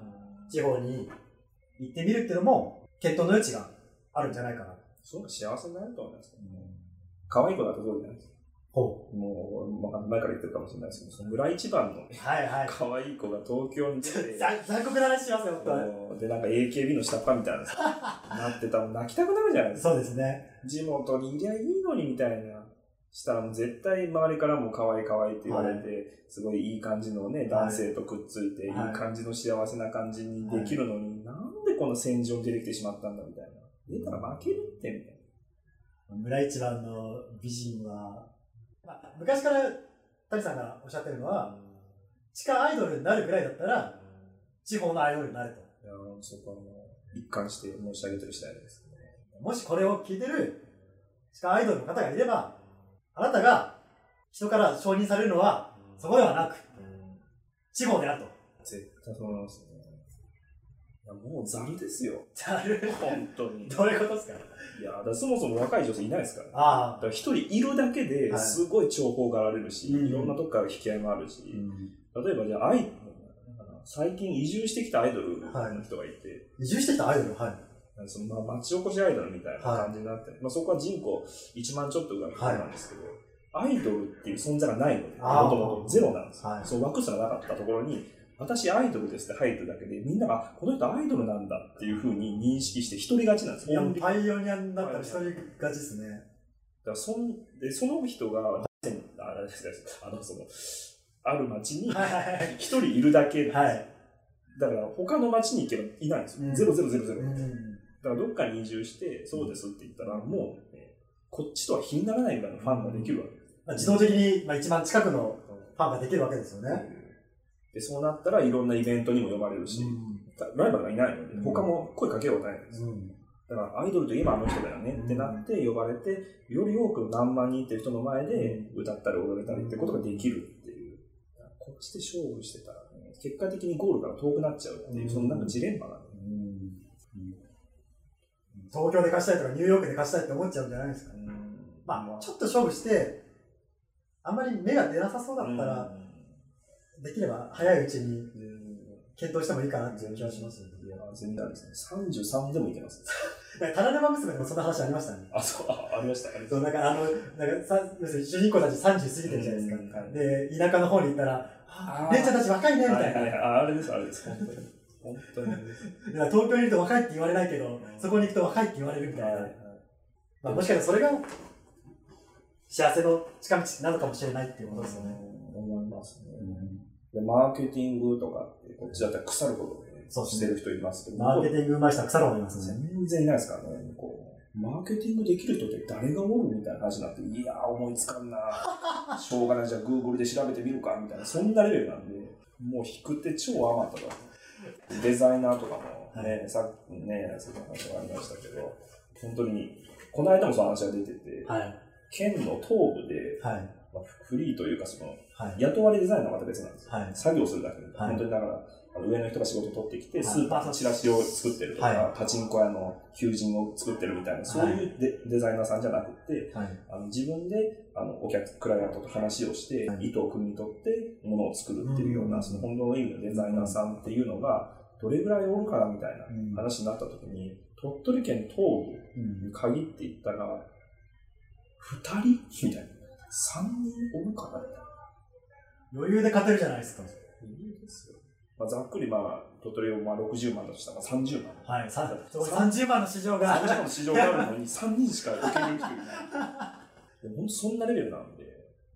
S1: 地方に行ってみるっていうのも、検討の余地があるんじゃないかな。
S2: そういうの幸せになると思いますけどね。可愛い子だとそうじゃないですか。
S1: ほ
S2: もう、まあ、前から言ってるかもしれないですけど、その村一番の
S1: う。はいはい。
S2: 可愛い子が東京に 出て、
S1: ざ残酷な話しますよ、本
S2: もうで、なんか AKB の下っ端みたいなさ なってたら泣きたくなるじゃない
S1: 当
S2: で
S1: に。
S2: すか。
S1: そうですね。
S2: 地元にいりゃいいのにみたいな。したらもう絶対周りからも可愛い可愛いって言われて、すごいいい感じのね、男性とくっついて、
S1: はい
S2: い、い感じの幸せな感じにできるのに、なんでこの戦場に出てきてしまったんだみたいな。出たら負けるってみたい
S1: 村一番の美人は、まあ、昔から谷さんがおっしゃってるの
S2: な
S1: は、。地下アイドルになるぐらいだったら、地方のアイドルになると。
S2: いやそこはもう一貫して申し上げてる次第ですね。
S1: もしこれを聞いてる地下アイドルの方がいれば、あなたが人から承認されるのは、そこではなく、
S2: うん
S1: 地方であると。
S2: 絶対そう思いますね。いやもうザルですよ。
S1: ざる
S2: 本当に。
S1: どういうことですか
S2: いや、だからそもそも若い女性いないですから、ね。
S1: あ
S2: だから一人いるだけで
S1: はい
S2: すごい重宝がられるし、
S1: うん
S2: い、ろんなとこから引き合いもあるし、
S1: 移
S2: 例えばじゃあアイ、最近移住してきたアイドルの人がいて、
S1: 住してきたアイドルはい。
S2: そのまあ町おこしアイドルみたいな感じになって、まあ、そこは人口1万ちょっと上の人なんですけど、アイドルっていう存在がないので、
S1: あー
S2: もともとゼロなんですよ。
S1: はい
S2: その枠すらなかったところに、私アイドルですって入っただけで、みんなが、あこの人アイドルなんだっていうふうに認識して独り勝ちなんですよ。
S1: パイオニアになったら一人勝ちですね。
S2: だからそんでその人が、あれですあのそのある町に
S1: は
S2: 一人いるだけ、
S1: い。はい。
S2: だから他の町に行けばいないんです
S1: うん
S2: よ、ゼロゼロゼロゼロ、
S1: う
S2: だ
S1: ん
S2: からどっかに移住して、そうですって言ったら、もう、ね、こっちとは比にならないぐらいのファンができるわけです。
S1: まあ自動的にまあ一番近くのファンができるわけですよね。
S2: でそうなったらいろんなイベントにも呼ばれるし、ライバルがいないので、
S1: うん
S2: 他も声かけようがないんですよ。
S1: うん
S2: だだからアイドルといえばあの人だよねってなって呼ばれて、より多く何万人っていう人の前で歌ったり踊れたりってことができるっていう。こっちで勝負してたらね、結果的にゴールから遠くなっちゃうっていう、そのなんかジレンマがね。
S1: 東京で貸したいとかニューヨークで貸したいって思っちゃうんじゃないですかね。まあ、ちょっと勝負して、あんまり目が出なさそうだったら、できれば早いうちに
S2: うん、
S1: 検討してもいいかなっていう気がします。
S2: いや、全然ですね。33でもいけます。
S1: なんかタラレバ娘でもそんな話ありましたね。
S2: あ、そう、あありました。ありま
S1: そう、
S2: し
S1: な
S2: た
S1: んかあの、なんかさ、要するに主人公たち30過ぎてるじゃないですか。
S2: うん
S1: で、田舎の方に行ったら、
S2: あー
S1: 姉ちゃんたち若いね、みたいな。
S2: はいはいはいああれです、あれです、本当に。本当 に。
S1: いや東京にいると若いって言われないけど、そこに行くと若いって言われるみたいな。まあ、もしかしたらそれが幸せの近道なのかもしれないっていうことですよね。
S2: 思いますね。で、マーケティングとかって、こっちだったら腐ることでね、
S1: そうです
S2: し
S1: ね
S2: てる人いますけど、
S1: マーケティングうまい人は腐る方がいますね。
S2: 全然いないですからね、向こう。マーケティングできる人って誰がおるみたいな話になって、いやー思いつか んなしょうがない、じゃあ Google で調べてみるか、みたいな、そんなレベルなんで、もう引く手超余っただ。デザイナーとかもね、
S1: は
S2: さっきね、そういう話がありましたけど、本当に、この間もその話が出てて、
S1: はい。
S2: 県の東部で、
S1: はい。
S2: まあ、フリーというか、その、
S1: はい。
S2: 雇われデザイナーはまた別なんですよ。
S1: はい。
S2: 作業するだけで、
S1: はい
S2: 本当にだから、あの上の人が仕事を取ってきて、
S1: はい
S2: スーパーのチラシを作ってるとか、
S1: は
S2: パチンコ屋の求人を作ってるみたいな、そういうデ,、デザイナーさんじゃなくて、
S1: はい。
S2: あの自分であのお客、クライアントと話をして、
S1: はい
S2: 糸を汲み取って、ものを作るっていうような、
S1: うん
S2: その本当の意味のデザイナーさんっていうのが、どれぐらいおるかなみたいな
S1: うん
S2: 話になった時に、鳥取県東部
S1: うん
S2: に限って言ったら、2人みたいな。3人おるかなみたいな。
S1: 余裕で勝てるじゃないですか。
S2: いいですよ。まあ、ざっくりまあ、鳥取をまあ60万だとしたらまあ30万。
S1: はい。さ
S2: そ
S1: そうこ30番の市場が。
S2: 30万の市場があるのに3人しか受け入れる人いない。でも本当そんなレベルなんで、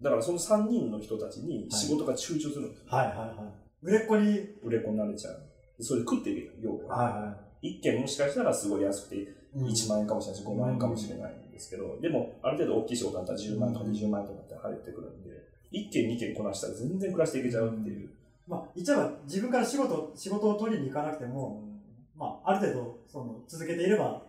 S2: だからその3人の人たちに仕事が躊躇するんですよ。
S1: はいはいはい。売れっ子に。
S2: 売れっ子になれちゃう。でそれで食っていける、要は。
S1: は
S2: 1件もしかしたらすごい安くて
S1: いは
S2: 1万円かもしれないし5万円かもしれないんですけど、でもある程度大きい仕事だったら10万とか20万とかって入ってくるんで、1件2件こなしたら全然暮らしていけちゃうっていう。
S1: まあ、言っちゃえば自分から仕事、仕事を取りに行かなくても、まあ、ある程度、その、続けていれば、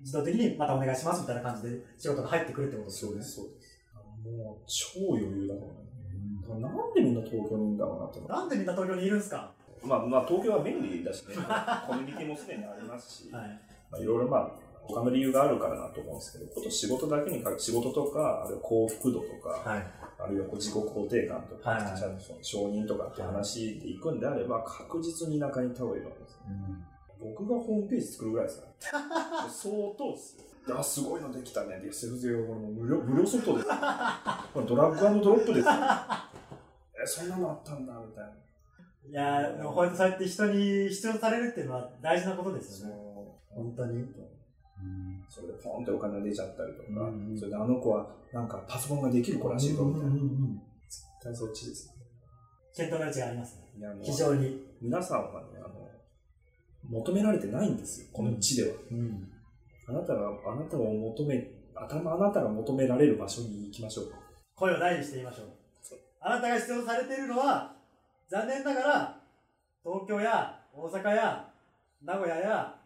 S1: 自動的にまたお願いしますみたいな感じで仕事が入ってくるってことですよね。
S2: そうです。もう超余裕だと思う。なんでみんな東京にいるんだろうなと。
S1: なんでみんな東京にいるんですか
S2: まあまあ東京は便利だしね、 コミュニティもすでにありますし、
S1: はい。
S2: まあいろいろまあ他の理由があるからなと思うんですけど、こと仕事だけに限る仕事とか、あるいは幸福度とか、
S1: はい。
S2: あるいはこう自己肯定感とか、
S1: はいはい
S2: ちゃんとその承認とかって話でいくんであれば、確実に田舎に行った方がいいわけです。僕がホームページ作るぐらいですから、 相当っすよ。あ、すごいのできたね。で、セフゼロも無料、無料ソフトですよ。これドラッグドロップ ですよ。え、そんなのあったんだ、みたいな。
S1: いやー、でもこうやってそうやって人に必要とされるっていうのは大事なことですよね。
S2: そう
S1: 本当に。
S2: それでポンってお金が出ちゃったりとか、
S1: うんうん
S2: それであの子はなんかパソコンができる子らしいぞ、みたいな。絶対そっちです。
S1: 検討の余地がありますね。
S2: いや、もう
S1: 非常に。
S2: 皆さんはね、あの、求められてないんですよ、この地では。
S1: うん。
S2: あなたが、あなたを求め、頭あなたが求められる場所に行きましょう。
S1: 声を大にして言いましょう
S2: そう。
S1: あなたが必要とされているのは、残念ながら、東京や大阪や名古屋や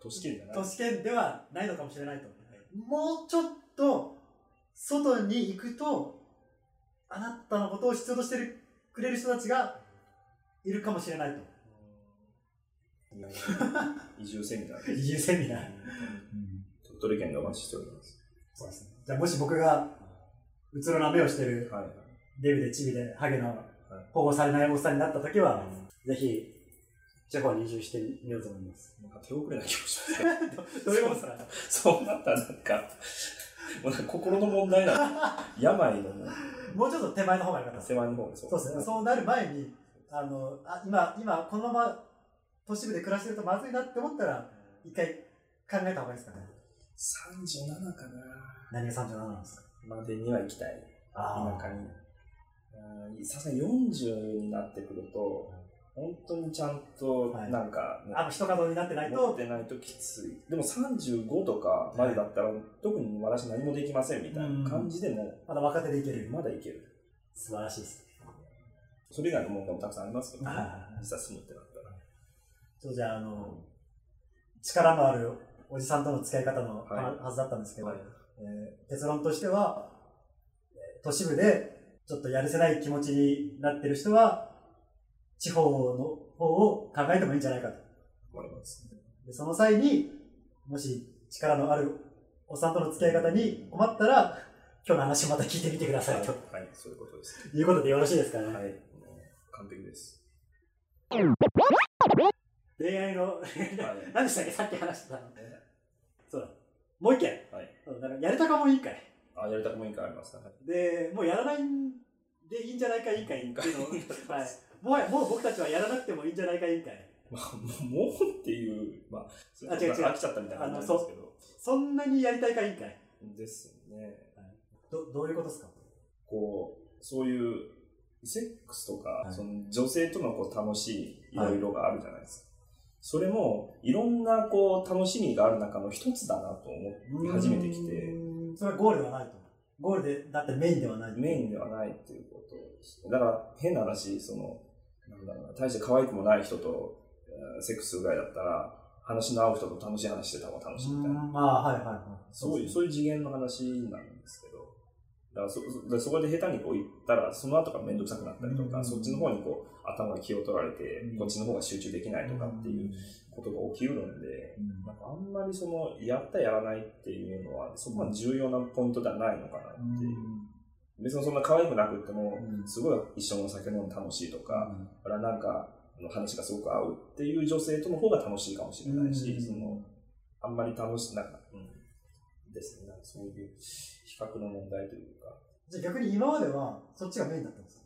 S2: 都市圏じゃない
S1: 都市圏ではないのかもしれないと。もうちょっと、外に行くと、あなたのことを必要としてるくれる人たちがいるかもしれないと。
S2: いや移住セミナーで
S1: 移住セミナー。
S2: 鳥取県でお待ちしております。
S1: そうですね。じゃあもし僕が、うつろな目をしてる、
S2: はい。
S1: デブでチビで、ハゲの保護されないおっさんになった時は、ぜひ、地方に移住してみようと思います。
S2: なんか手遅れな気もします
S1: どういうことですか
S2: そうなったらなんか、もうなんか心の問題なの。病のね
S1: もうちょっと手前の方が良かったです。
S2: 世話の方がそ
S1: そうですね。そうなる前に、あの、あ今、今、このまま都市部で暮らしてるとまずいなって思ったら、一回考えた方がいいですかね。
S2: 37かな
S1: 何が37なんですか
S2: までには行きたい。
S1: あ
S2: 田舎に。うんさすがに40になってくると、本当にちゃんと、なんかね、
S1: あ。あの、人角になってない
S2: 持っ
S1: と、
S2: てないときつい。でも35とかまでだったら、特に私何もできませんみたいな感じでも、
S1: まだ若手でいける。
S2: まだいける。
S1: 素晴らしいです。
S2: それ以外の問題もたくさんありますけど、ね
S1: はいはいはい、
S2: 実際住むってなったら。
S1: そうじゃあ、あの、力のあるおおじさんとの付き合い方の
S2: はい
S1: ははずだったんですけど、
S2: はい
S1: えー結論としては、えー都市部でちょっとやるせない気持ちになってる人は、地方の方を考えてもいいんじゃないかと。
S2: 思います。
S1: でその際に、もし力のあるおっさんとの付き合い方に困ったら、今日の話また聞いてみてくださいと
S2: はい、そういうことです。
S1: いうことでよろしいですかね。
S2: はい、もう完璧です。
S1: 恋愛の、
S2: はい
S1: 何でしたっけさっき話してたの。そうだ。もう一件。
S2: はい
S1: うんだからやれたかもいいんかい。
S2: あ、やりたくもいいかありますね。
S1: で、もうやらないんでいいんじゃないか委員会っていうのをはい。もはや、もう僕たちはやらなくてもいいんじゃないか委員会。
S2: まあ、もうっていう、まあ、それ
S1: あ違う違う
S2: ま飽きちゃったみたいな感じなんですけど。
S1: そんなにやりたいか委員会。
S2: ですね。
S1: ど、どういうことですか
S2: こう、そういう、セックスとか、
S1: い
S2: その女性とのこう楽しいいろいろがあるじゃないですか。それも、いろんなこう楽しみがある中の一つだなと思って初めてきて、。
S1: それはゴールではないと。ゴールで、だってメインではない。
S2: メインではないっていうことですね。だから、変な話、その、なんだろうな、大して可愛くもない人と、えーセックスするぐらいだったら、話の合う人と楽しい話してた方が楽しいみたいな。
S1: うんまあ、はいはいはい。
S2: そういう、
S1: ですね
S2: そういう次元の話なんですけど、だからそそでそこで下手にこう行ったら、その後が面倒くさくなったりとか、
S1: うん
S2: そっちの方にこう頭が気を取られて、
S1: うん
S2: こっちの方が集中できないとかっていうことが起きうるんで、
S1: うん。
S2: なんかあんまりその、やったやらないっていうのは、そこは重要なポイントではないのかなっていう。別にそんな可愛くなくっても、
S1: うん
S2: すごい一緒のお酒飲むの楽しいとか、これはなんか、あの話がすごく合うっていう女性との方が楽しいかもしれないし、
S1: うん
S2: その、あんまり楽しい、なんか、うん、ですね。なんかそういう比較の問題というか、
S1: じゃあ逆に今までは、そっちがメインだったんですか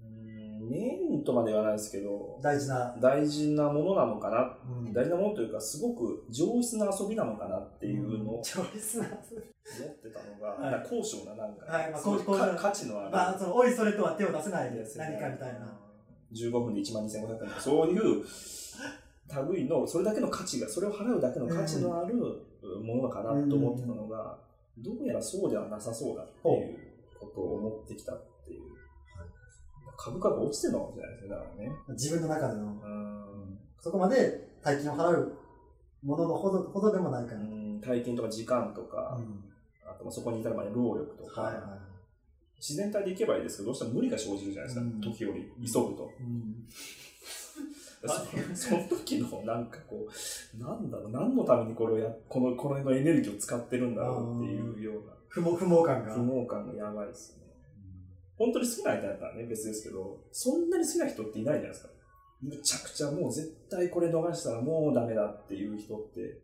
S2: うん、メインとまでは言わないですけど、
S1: 大事な。
S2: 大事なものなのかな、
S1: うん
S2: 大事なものというか、すごく上質な遊びなのかなっていうのを
S1: チョイスな。
S2: 思ってたのが、
S1: はい
S2: なんか高尚ななんか、
S1: はいまあ
S2: すごい
S1: 高尚な
S2: か価値のある。
S1: まあ、その、おいそれとは手を出せない何
S2: ですね
S1: かみたいな。。
S2: 15分で1万2500円とか、そういう類の、それだけの価値が、それを払うだけの価値のあるものかなと思ってたのが、どうやらそうではなさそうだっていうことを思ってきたっていう。株価が落ちてるのかもしれないですね、だからね。
S1: 自分の中での。
S2: うん
S1: そこまで大金を払うもののほどほどでもないから。うん
S2: 体験とか時間とか、あとまあそこに至るまでの労力とか、
S1: はいは
S2: 自然体でいけばいいですけど、どうしても無理が生じるじゃないですか、
S1: うん
S2: 時より、急ぐと。
S1: い。うん
S2: そその時のなんかこう、なんだろう、何のためにこれをや、この、これのエネルギーを使ってるんだろうっていうよう
S1: 不毛不毛感
S2: な、
S1: が。
S2: 不毛感がやばいですね。本当に好きな人だったらね、別ですけど、そんなに好きな人っていないじゃないですか。むちゃくちゃもう絶対これ逃したらもうダメだっていう人って、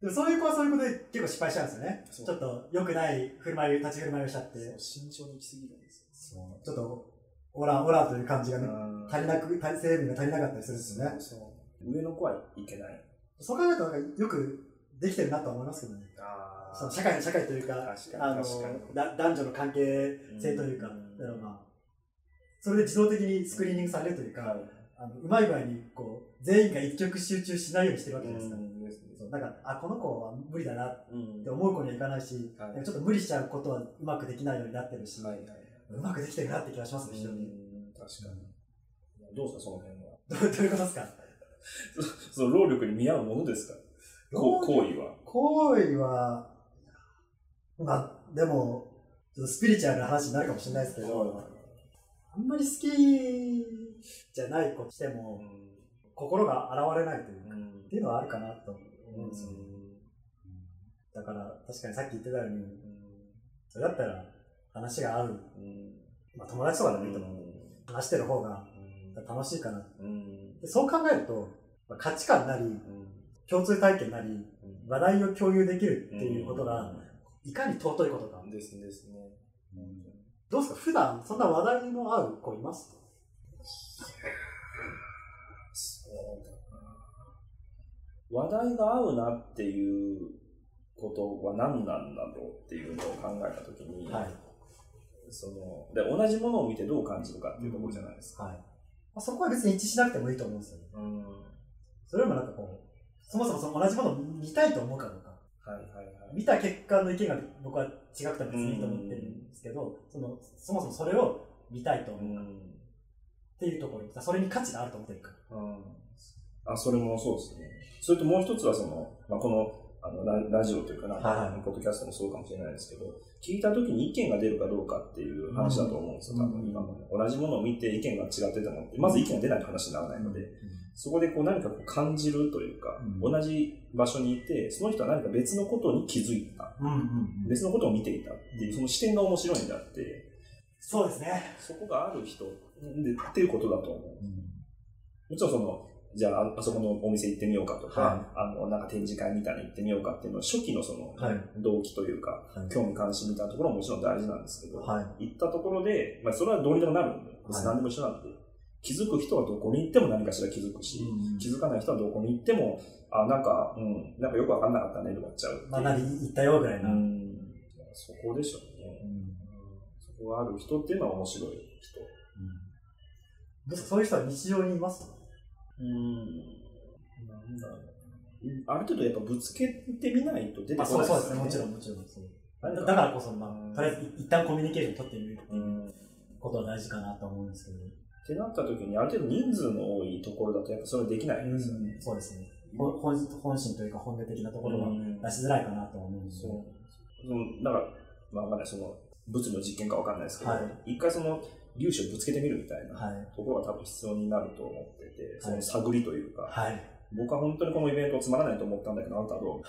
S1: でもそういう子はそういうことで結構失敗しちゃうんですよね。
S2: そ
S1: ち
S2: う
S1: ょっと良くない振る舞い、立ち振る舞いをしちゃって。
S2: 慎重に行き過ぎるんですよ。
S1: ちょっと、オラオラという感じがね、
S2: うん
S1: 足りなく、足り成分が足りなかったりするんですよね。
S2: そうそう上の子はいけない。
S1: そう考えるとなんかよくできてるなとは思いますけどね。
S2: あ
S1: その社会の社会というか、
S2: 確か
S1: あ
S2: に
S1: の
S2: 確かに。
S1: だ男女の関係性というか、
S2: うん
S1: だからまあ、それで自動的にスクリーニングされるというか、
S2: はい
S1: あのうまい具合にこう全員が一極集中しないようにしてるわけじゃないですか、
S2: うんですね
S1: そうなんかあこの子は無理だなっ
S2: うん
S1: て思う子にはいかないし、
S2: はい
S1: でもちょっと無理しちゃうことはうまくできないようになってるし、
S2: はいはいはいう
S1: まくできてるなって気がしますね非常に、
S2: うん確かに。どうですか、その辺は。
S1: どうどういうことですか
S2: その労力に見合うものですかこう
S1: 労
S2: 行為は。
S1: 行為はまあでもちょっとスピリチュアルな話になるかもしれないですけどあんまり好きじゃない子して
S2: う
S1: も
S2: ん
S1: 心が現れないというか、っ
S2: うん
S1: ていうのはあるかなと思うんですよね、
S2: う
S1: だから確かにさっき言ってたように
S2: ん
S1: それだったら話が合う、
S2: うん
S1: まあ、友達とかでもいいと思う、話してる方が楽しいかな
S2: うん
S1: でそう考えると、まあ、価値観なり共通体験なり
S2: うん
S1: 話題を共有できるっていうことが、いかに尊いことか
S2: うんですねですね。
S1: どうですか普段そんな話題の合う子います
S2: そうだな。話題が合うなっていうことは何なんだろうっていうのを考えたときに、
S1: はい、はい
S2: そので同じものを見てどう感じるかっていうところじゃないですか。
S1: まあ、そこは別に一致しなくてもいいと思うんですよね
S2: うんは
S1: それよりもなんかこうそもそもその同じものを見たいと思うかどうか
S2: いはいはい。
S1: 見た結果の意見が僕は違くても別にいいと思ってるんですけどそのそもそもそれを見たいと思う
S2: うん
S1: っていうところそれに価値があると思ってるか
S2: うんあそれもそうですね。それともう一つはその、まあ、このあのララジオというかなんか、
S1: はい
S2: ポッドキャストもそうかもしれないですけど、聞いた時に意見が出るかどうかっていう話だと思うんですよ、多
S1: う
S2: 分
S1: ん
S2: 今もね。同じものを見て意見が違ってても、まず意見が出ないと話にならないので、そこでこう何かこう感じるというか、
S1: うん
S2: 同じ場所にいて、その人は何か別のことに気づいた。
S1: うんうんうん
S2: 別のことを見ていたっていう、その視点が面白いんだって、
S1: そうですね。
S2: そこがある人でっていうことだと思う。もちろんその、じゃあ、ああそこのお店行ってみようかとか、
S1: は
S2: あの、なんか展示会みたいに行ってみようかっていうのは、初期のその、
S1: はい
S2: 動機というか、
S1: はい
S2: 興味関心みたいなところももちろん大事なんですけど、
S1: はい。
S2: 行ったところで、まあ、それはどうにでもなるんで、別に何でも一緒なんで、気づく人はどこに行っても何かしら気づくし、気づかない人はどこに行っても、あ、なんか、うん、なんかよくわかんなかったね、とかっちゃうっていう。
S1: 学び行ったよぐらいうな。
S2: ん。そこでしょうね。
S1: うん
S2: そこがある人っていうのは面白い人。
S1: どうですかそういう人は日常にいます
S2: うん。なんだろうな。ある程度やっぱぶつけてみないと出てこない
S1: そうそうですね、
S2: よ
S1: もちろん、もちろん。そう
S2: なん
S1: だ
S2: か
S1: だからこそ、まあ、とりあえず一旦コミュニケーション取ってみるって
S2: う。
S1: いうん
S2: っ
S1: ことは大事かなと思うんですけど。
S2: てなった時に、ある程度人数の多いところだとやっぱそれできないんですよね。
S1: そうですね。ほ本本心というか本音的なところは
S2: うん
S1: 出しづらいかなと思うんですけど。
S2: そう。そのなんか、まあわかんない、その、物理の実験かわかんないですけど、
S1: はい
S2: 一回その粒子をぶつけてみるみたいな
S1: はい。
S2: ところが多分必要になると思ってて、そ
S1: は
S2: の
S1: い
S2: 探りというか、
S1: はい。
S2: 僕は本当にこのイベントつまらないと思ったんだけど、あなたはどう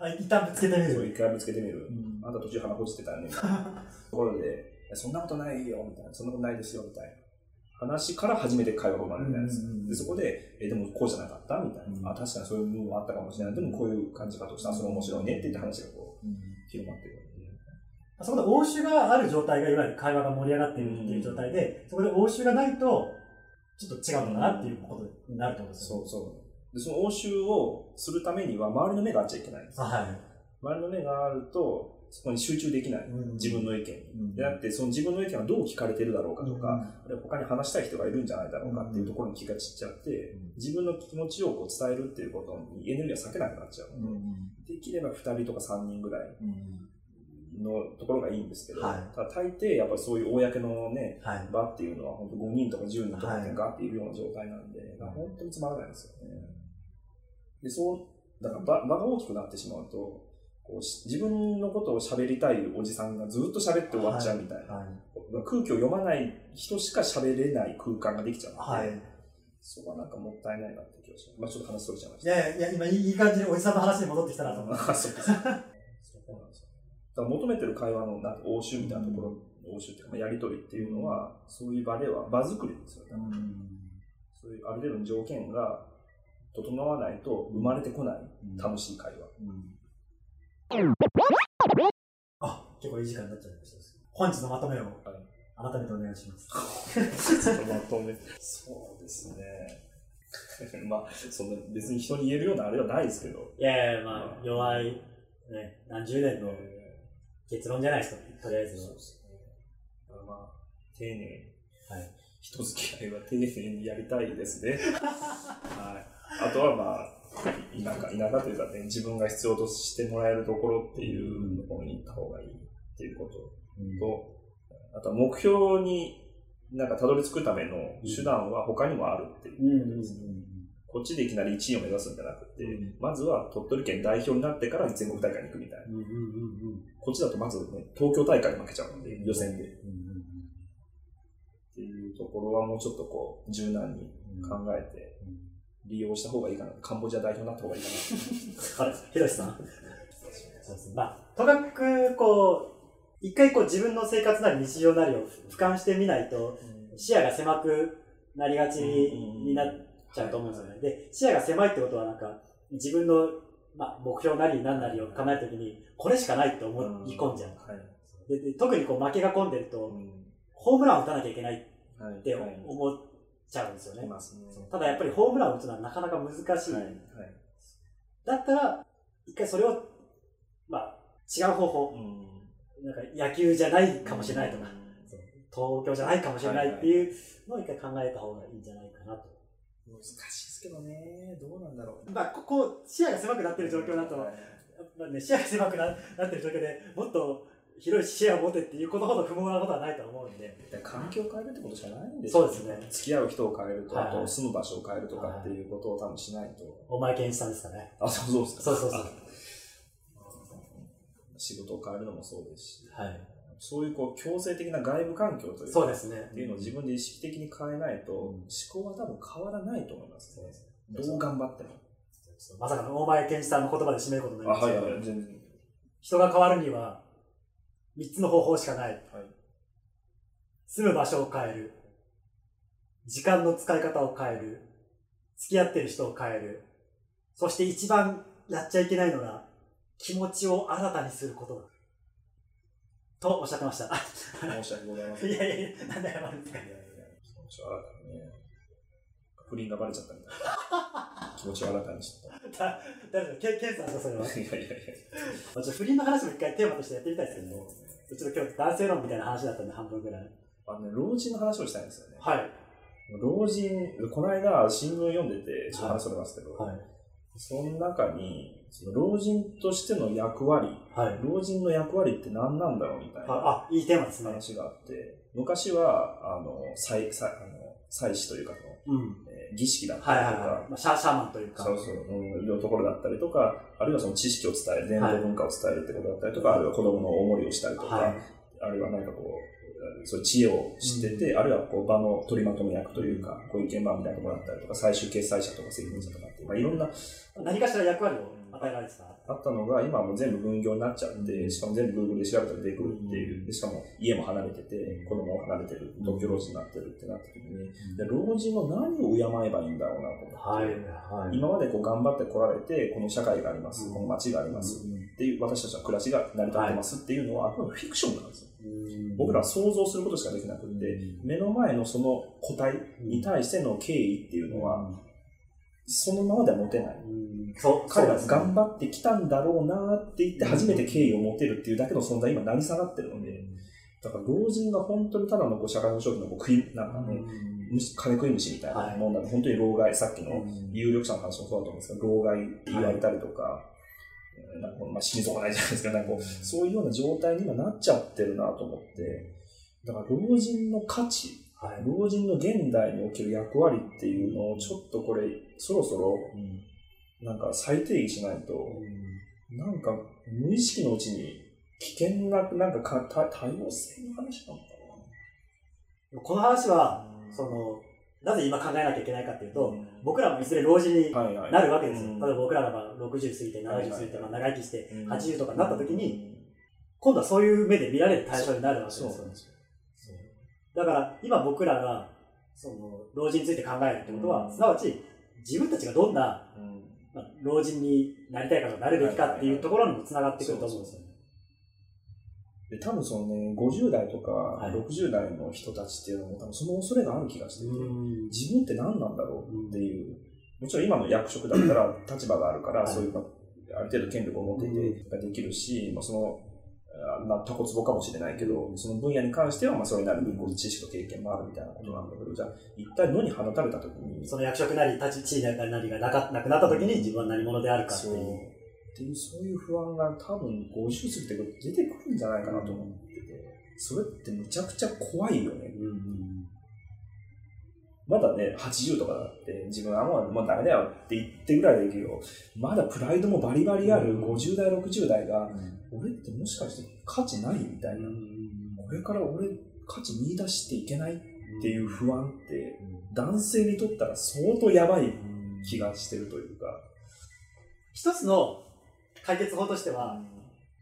S1: あ一旦ぶつけてみ
S2: そう
S1: る。
S2: 一回ぶつけてみる
S1: う。ん
S2: あなた途中鼻ほじってたよね、 みたいなところで、いやそんなことないよ、みたいな、そんなことないですよ、みたいな。話から初めて会話が生まれるみたいなや
S1: うんうんうん
S2: つ。で、そこで、え、でもこうじゃなかったみたい
S1: うん
S2: な。あ、確かにそういう部分はあったかもしれない。でもこういう感じかとしたら、それ面白いねって言って話がこ
S1: うん
S2: う、広まってくる。
S1: そこで応酬がある状態がいわゆる会話が盛り上がっているっていう状態で、そこで応酬がないと、ちょっと違うのかなっていうことになると思うんです
S2: そ
S1: よ。
S2: うそう。で、その応酬をするためには、周りの目があっちゃいけないんです。
S1: は
S2: 周りの目があると、そこに集中できない
S1: い。。うん
S2: 自分の意見
S1: うん
S2: に。で、なくて、その自分の意見はどう聞かれてるだろうかとか、
S1: か、
S2: で他に話したい人がいるんじゃないだろうかっていうところに気が散っちゃって、
S1: うん
S2: 自分の気持ちをこう伝えるっていうことにエネルギーが割けなくなっちゃう
S1: うんう
S2: ので、
S1: ん
S2: できれば2人とか3人ぐらい
S1: うん
S2: のところがいいんですけど、
S1: はい
S2: ただ大抵やっぱりそういう公のね、
S1: はい。
S2: 場っていうのは本当5人とか10人とか
S1: はい
S2: ガーっているような状態なんで、まあ本当につまらないんですよね。で、そう、だから場場が大きくなってしまうと、こうし自分のことを喋りたいおじさんがずっと喋って終わっちゃうみたいな、
S1: はい。
S2: 空気を読まない人しか喋れない空間ができちゃうので、
S1: はい。
S2: そこはなんかもったいないなって気がします。まあちょっと話それちゃいまし
S1: い
S2: た。
S1: やいや、今いい感じにおじさんの話に戻ってきたなと思って。
S2: あそうです。そうなんですよ。だから求めてる会話のなんか応酬みたいなところ、応酬っていうか、まあ、やりとりっていうのは、そういう場では場作りですよね。そういうある程度の条件が整わないと生まれてこない楽しい会話。
S1: うんあ、結構いい時間になっちゃいました。本日のまとめを改めてお願いします。
S2: まとめ。そうですね。 まあ、そんな別に人に言えるようなあれはないですけど。
S1: いやいや、まあ、弱い、ね、何十年の結論じゃないですか、とりあえず
S2: そう
S1: は。
S2: ですね。だからまあ、丁寧に、
S1: はい
S2: 人付き合いは丁寧にやりたいですね。はい。あとはまあ、田舎、田舎というかね、自分が必要としてもらえるところっていうところに行った方がいいっていうことと、あとは目標になんかたどり着くための手段は他にもあるっていう。
S1: うんうんうん
S2: こっちでいきなり1位を目指すんじゃなくて、
S1: うん
S2: まずは鳥取県代表になってから全国大会に行くみたいな。
S1: うんうんうん
S2: こっちだとまずね、東京大会に負けちゃうんで、予選で。
S1: う
S2: っていうところはもうちょっとこう柔軟に考
S1: ん。
S2: えて利用した方がいいかなカンボジア代表になった方がいいか
S1: あれ、ひろしさんそうですね。まあ、とかく、こう、一回こう自分の生活なり日常なりを俯瞰してみないと、
S2: な
S1: 視野が狭くなりがちになっちゃうと思うんですよね。で、視野が狭いってことはなんか、自分の、まあ、目標なり何なりを考えるときに、これしかないって思い込んじゃう。
S2: はい、
S1: でで特にこう負けが込んでる
S2: う
S1: と、
S2: ん
S1: ホームランを打たなきゃいけないっ
S2: はい
S1: て
S2: はい
S1: 思っちゃうんですよ
S2: い
S1: ね。
S2: ますね
S1: ただやっぱりホームランを打つのはなかなか難しい。
S2: はいはい
S1: だったら、一回それを、まあ、違う方法、なんか野球じゃないかもしれないとか、
S2: うん
S1: 東京じゃないかもしれないっていうのを一回考えた方がいいんじゃないかなと。
S2: 難しいですけどねどうなんだろう
S1: まあ、ここ、視野が狭くなってる状況だと、
S2: は
S1: や
S2: い
S1: っぱね、視野が狭くななってる状況でもっと広い視野を持てっていうことほど不毛なことはないと思うんで、
S2: で環境を変えるってことじゃないんです
S1: そうですね
S2: 付き合う人を変えるとか、
S1: はいはい
S2: あと住む場所を変えるとかっていうことを多分しないと。
S1: お前健一さんですかね。
S2: あ、そうそうですか
S1: そうそうそう
S2: あ仕事を変えるのもそうですし、
S1: はい。
S2: そういうこう強制的な外部環境というか
S1: そうですね
S2: っ。ていうのを自分で意識的に変えないと、思考は多分変わらないと思いますね。どう頑張っても。
S1: まさかの大前健一さんの言葉で締めることになりましたけど、
S2: 全然。
S1: 人が変わるには、3つの方法しかない。
S2: はい。
S1: 住む場所を変える。時間の使い方を変える。付き合ってる人を変える。そして一番やっちゃいけないのが、気持ちを新たにすることだ。とおっしゃってました。
S2: 申し訳ございません。
S1: い
S2: いやい
S1: やいやいや、なんで謝るんですか
S2: やいや、気持ちを新たにね、不倫がバレちゃったみたいな。気持ちを新たにし
S1: だ誰だろうケンケンさんですか、それは。
S2: た。いやいやいや。
S1: まあちょっと不倫の話も一回テーマとしてやってみたいですけど、ちょっと今日男性論みたいな話だったんで、半分ぐらい。
S2: あのね、老人の話をしたいんですよね。
S1: はい。
S2: 老人、この間新聞読んでて、ちょっと話それますけど、
S1: はい。
S2: その中に、その老人としての役割、
S1: はい。
S2: 老人の役割って何なんだろうみたいな。
S1: あ、あいいテーマですね。
S2: 話があって、昔は、あの、祭、祭、あの、祭祀というかその、
S1: うん。
S2: えー儀式だっ
S1: はい
S2: た
S1: は
S2: り
S1: い
S2: とか、
S1: はい。まあ、シャーシャーマンというか。
S2: そうそう、うん、いうところだったりとか、あるいはその知識を伝える、伝統文化を伝えるってことだったりとか、あるいは子供のお守りをしたりとか、
S1: はい。
S2: あるいは何かこう、そういう知恵を知ってて、あるいはこう場の取りまとめ役というか、こういう現場みたいなところだったりとか、最終決裁者とか責任者とかっていう、まあ、いろんな
S1: 何かしら役割を与えられてた。
S2: あったのが、今はもう全部分業になっちゃって、しかも全部 Google で調べたら出てくるっていう、でしかも家も離れてて、子供も離れてる、独居老人になってるってなった時に、で老人の何を敬えばいいんだろうなと思って、
S1: はい。はい。
S2: 今までこう頑張ってこられて、この社会があります、
S1: うん
S2: この街がありますっていう、私たちの暮らしが成り立ってますっていうのは、あくまでフィクションなんですよ。
S1: うん
S2: 僕らは想像することしかできなくて、目の前のその個体に対しての敬意っていうのは、そのままでは持てない。
S1: うんそう、
S2: 彼ら
S1: そうですね
S2: 頑張ってきたんだろうなって言って初めて敬意を持てるっていうだけの存在今成り下がってるので、だから老人が本当にただのこう社会保障費のこう食い、なんかね、虫金食い虫みたいなもんだと、本当に老害、さっきの有力者の話もそうだと思うんですけど、老害って言われたりとか、うんなんかこうまあ、死に損ないじゃないですか、なんかこうそういうような状態に今なっちゃってるなと思って、だから老人の価値
S1: はい。
S2: 老人の現代における役割っていうのをちょっとこれそろそろなんか再定義しないとなんか無意識のうちに危険ななんかか多多様性の話なのか
S1: この話は、
S2: な
S1: その、なぜ今考えなきゃいけないかっていうと、
S2: うん
S1: 僕らもいずれ老人に
S2: はいはい
S1: なるわけですよ。
S2: う
S1: 例
S2: ん
S1: えば僕らがまあ60過ぎて、
S2: はい
S1: 70過ぎて、
S2: はい
S1: まあ長生きして、
S2: うん
S1: 80とかになった時に、今度はそういう目で見られる対象になるわけです
S2: そう
S1: よ。
S2: なんですよ
S1: だから今僕らがその老人について考えるってことは、
S2: うん
S1: すなわち自分たちがどんな
S2: うん
S1: まあ老人になりたいかとかなるべきかっていうところにもつながってくると思うんですよね。
S2: で多分そのね50代とか
S1: はい
S2: 60代の人たちっていうのも多分その恐れがある気がしてて、自分って何なんだろうっていう、もちろん今の役職だっ たら立場があるから、
S1: はい
S2: そういう、まあ、ある程度権力を持っていて、ができるし、まあ、その、あまあ、タコツボかもしれないけど、その分野に関しては、まあ、それなりにこう知識と経験もあるみたいなことなんだけど、じゃあ、一体野に放たれた時に、
S1: その役職なり立ち地位なりがなかなくなった時に自分は何者であるかってい
S2: そう
S1: う。
S2: っていう、そういう不安が多分50過ぎてくる出てくるんじゃないかなと思ってて、それってむちゃくちゃ怖いよね。
S1: うんうん
S2: まだね、80とかだって、自分はもうもうダメだよって言ってぐらいできるよ。まだプライドもバリバリある
S1: うん
S2: 50代、60代が、
S1: うん
S2: 俺ってもしかして価値ないみたいな。これから俺価値見出していけないっていう不安って、男性にとったら相当やばい気がしてるというか。
S1: 一つの解決法としては、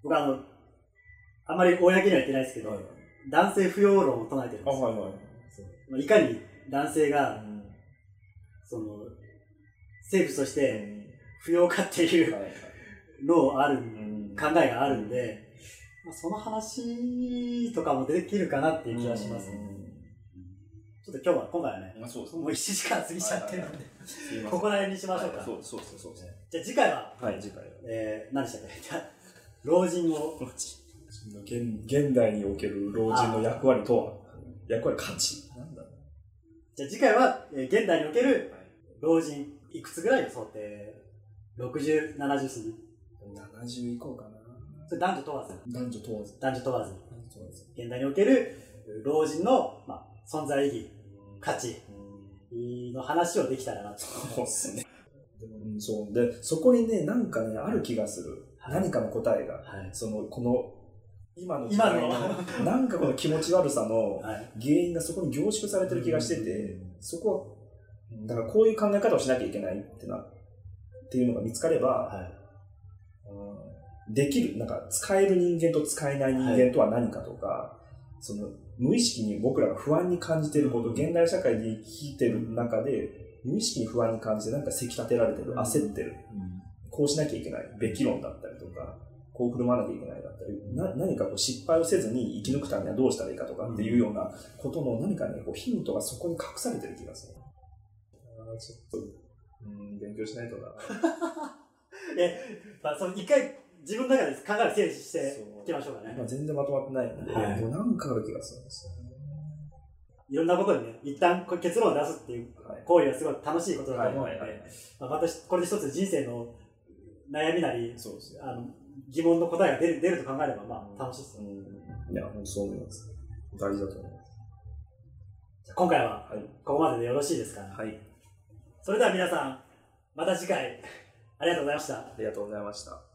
S1: 僕はあの、あんまり公には言ってないですけど、男性不要論を唱えてるん
S2: あ、
S1: ですよ
S2: はいはい。
S1: まあいかに男性が、その、生物として不要かっていう
S2: はいはい
S1: のをある、
S2: うん
S1: 考えがあるんで、まあ、その話とかもできるかなっていう気はしますね。ちょっと今日は、今回はね、
S2: うんまあそうです
S1: もう1時間過ぎちゃってるんで、
S2: すいません
S1: ここら辺にしましょう
S2: は
S1: か
S2: い。そうそうそうそうですね。
S1: じゃあ次回は、
S2: はい、次回は。
S1: えー、何でしたっけ 老人を、
S2: 現現代における老人の役割とは役割価値なんだろ
S1: じゃあ次回は、えー現代におけ
S2: う
S1: る老人、いくつぐらいの想定 ?60、70過ぎ
S2: 70以降かな
S1: それ男女問わず、
S2: 男女問わず。
S1: 男女問わず、
S2: 男女問わず。
S1: 現代における老人の、まあ、存在意義、価値
S2: うん
S1: の話をできたらなと。
S2: そうっすね。でもうんそう。で、そこにね、なんかね、ある気がする。
S1: はい
S2: 何かの答えが。
S1: はい。
S2: その、この、今の時
S1: 今
S2: 代
S1: の
S2: の、なんかこの気持ち悪さの
S1: はい。
S2: 原因がそこに凝縮されてる気がしてて、そこは、だからこういう考え方をしなきゃいけないってな、っていうのが見つかれば、
S1: はい。
S2: うんできる、なんか使える人間と使えない人間とは何かとか、その無意識に僕らが不安に感じていること、現代社会で生きてる中で、無意識に不安に感じて、なんかせき立てられてる、焦ってる、こうしなきゃいけない、べき論だったりとか、こう振る舞わなきゃいけないだったり、な何かこう失敗をせずに生き抜くためにはどうしたらいいかとかっていうようなことの何かね、こうヒントがそこに隠されてる気がする。あーちょっと、うん、勉強しないとな。
S1: まあ、その一回自分の中で考えを整理していきましょうかね
S2: まあ、。全然まとまってないので、
S1: はい
S2: もうなんかある気がするんですよね。
S1: いろんなことにね、一旦こう結論を出すっていう
S2: はい。
S1: 行為はすごい楽しいことだと思うので、
S2: はいはいはい
S1: まあ、私、これで一つ人生の悩みなり、
S2: そうですね。
S1: あの疑問の答えが出る出ると考えれば、まあ、楽しいですよね。
S2: うん。いや、もうそう思います。大事だと思います。
S1: じゃあ今回は
S2: はい。
S1: ここまででよろしいですか、
S2: はい。
S1: それでは皆さん、また次回、ありがとうございました。
S2: ありがとうございました。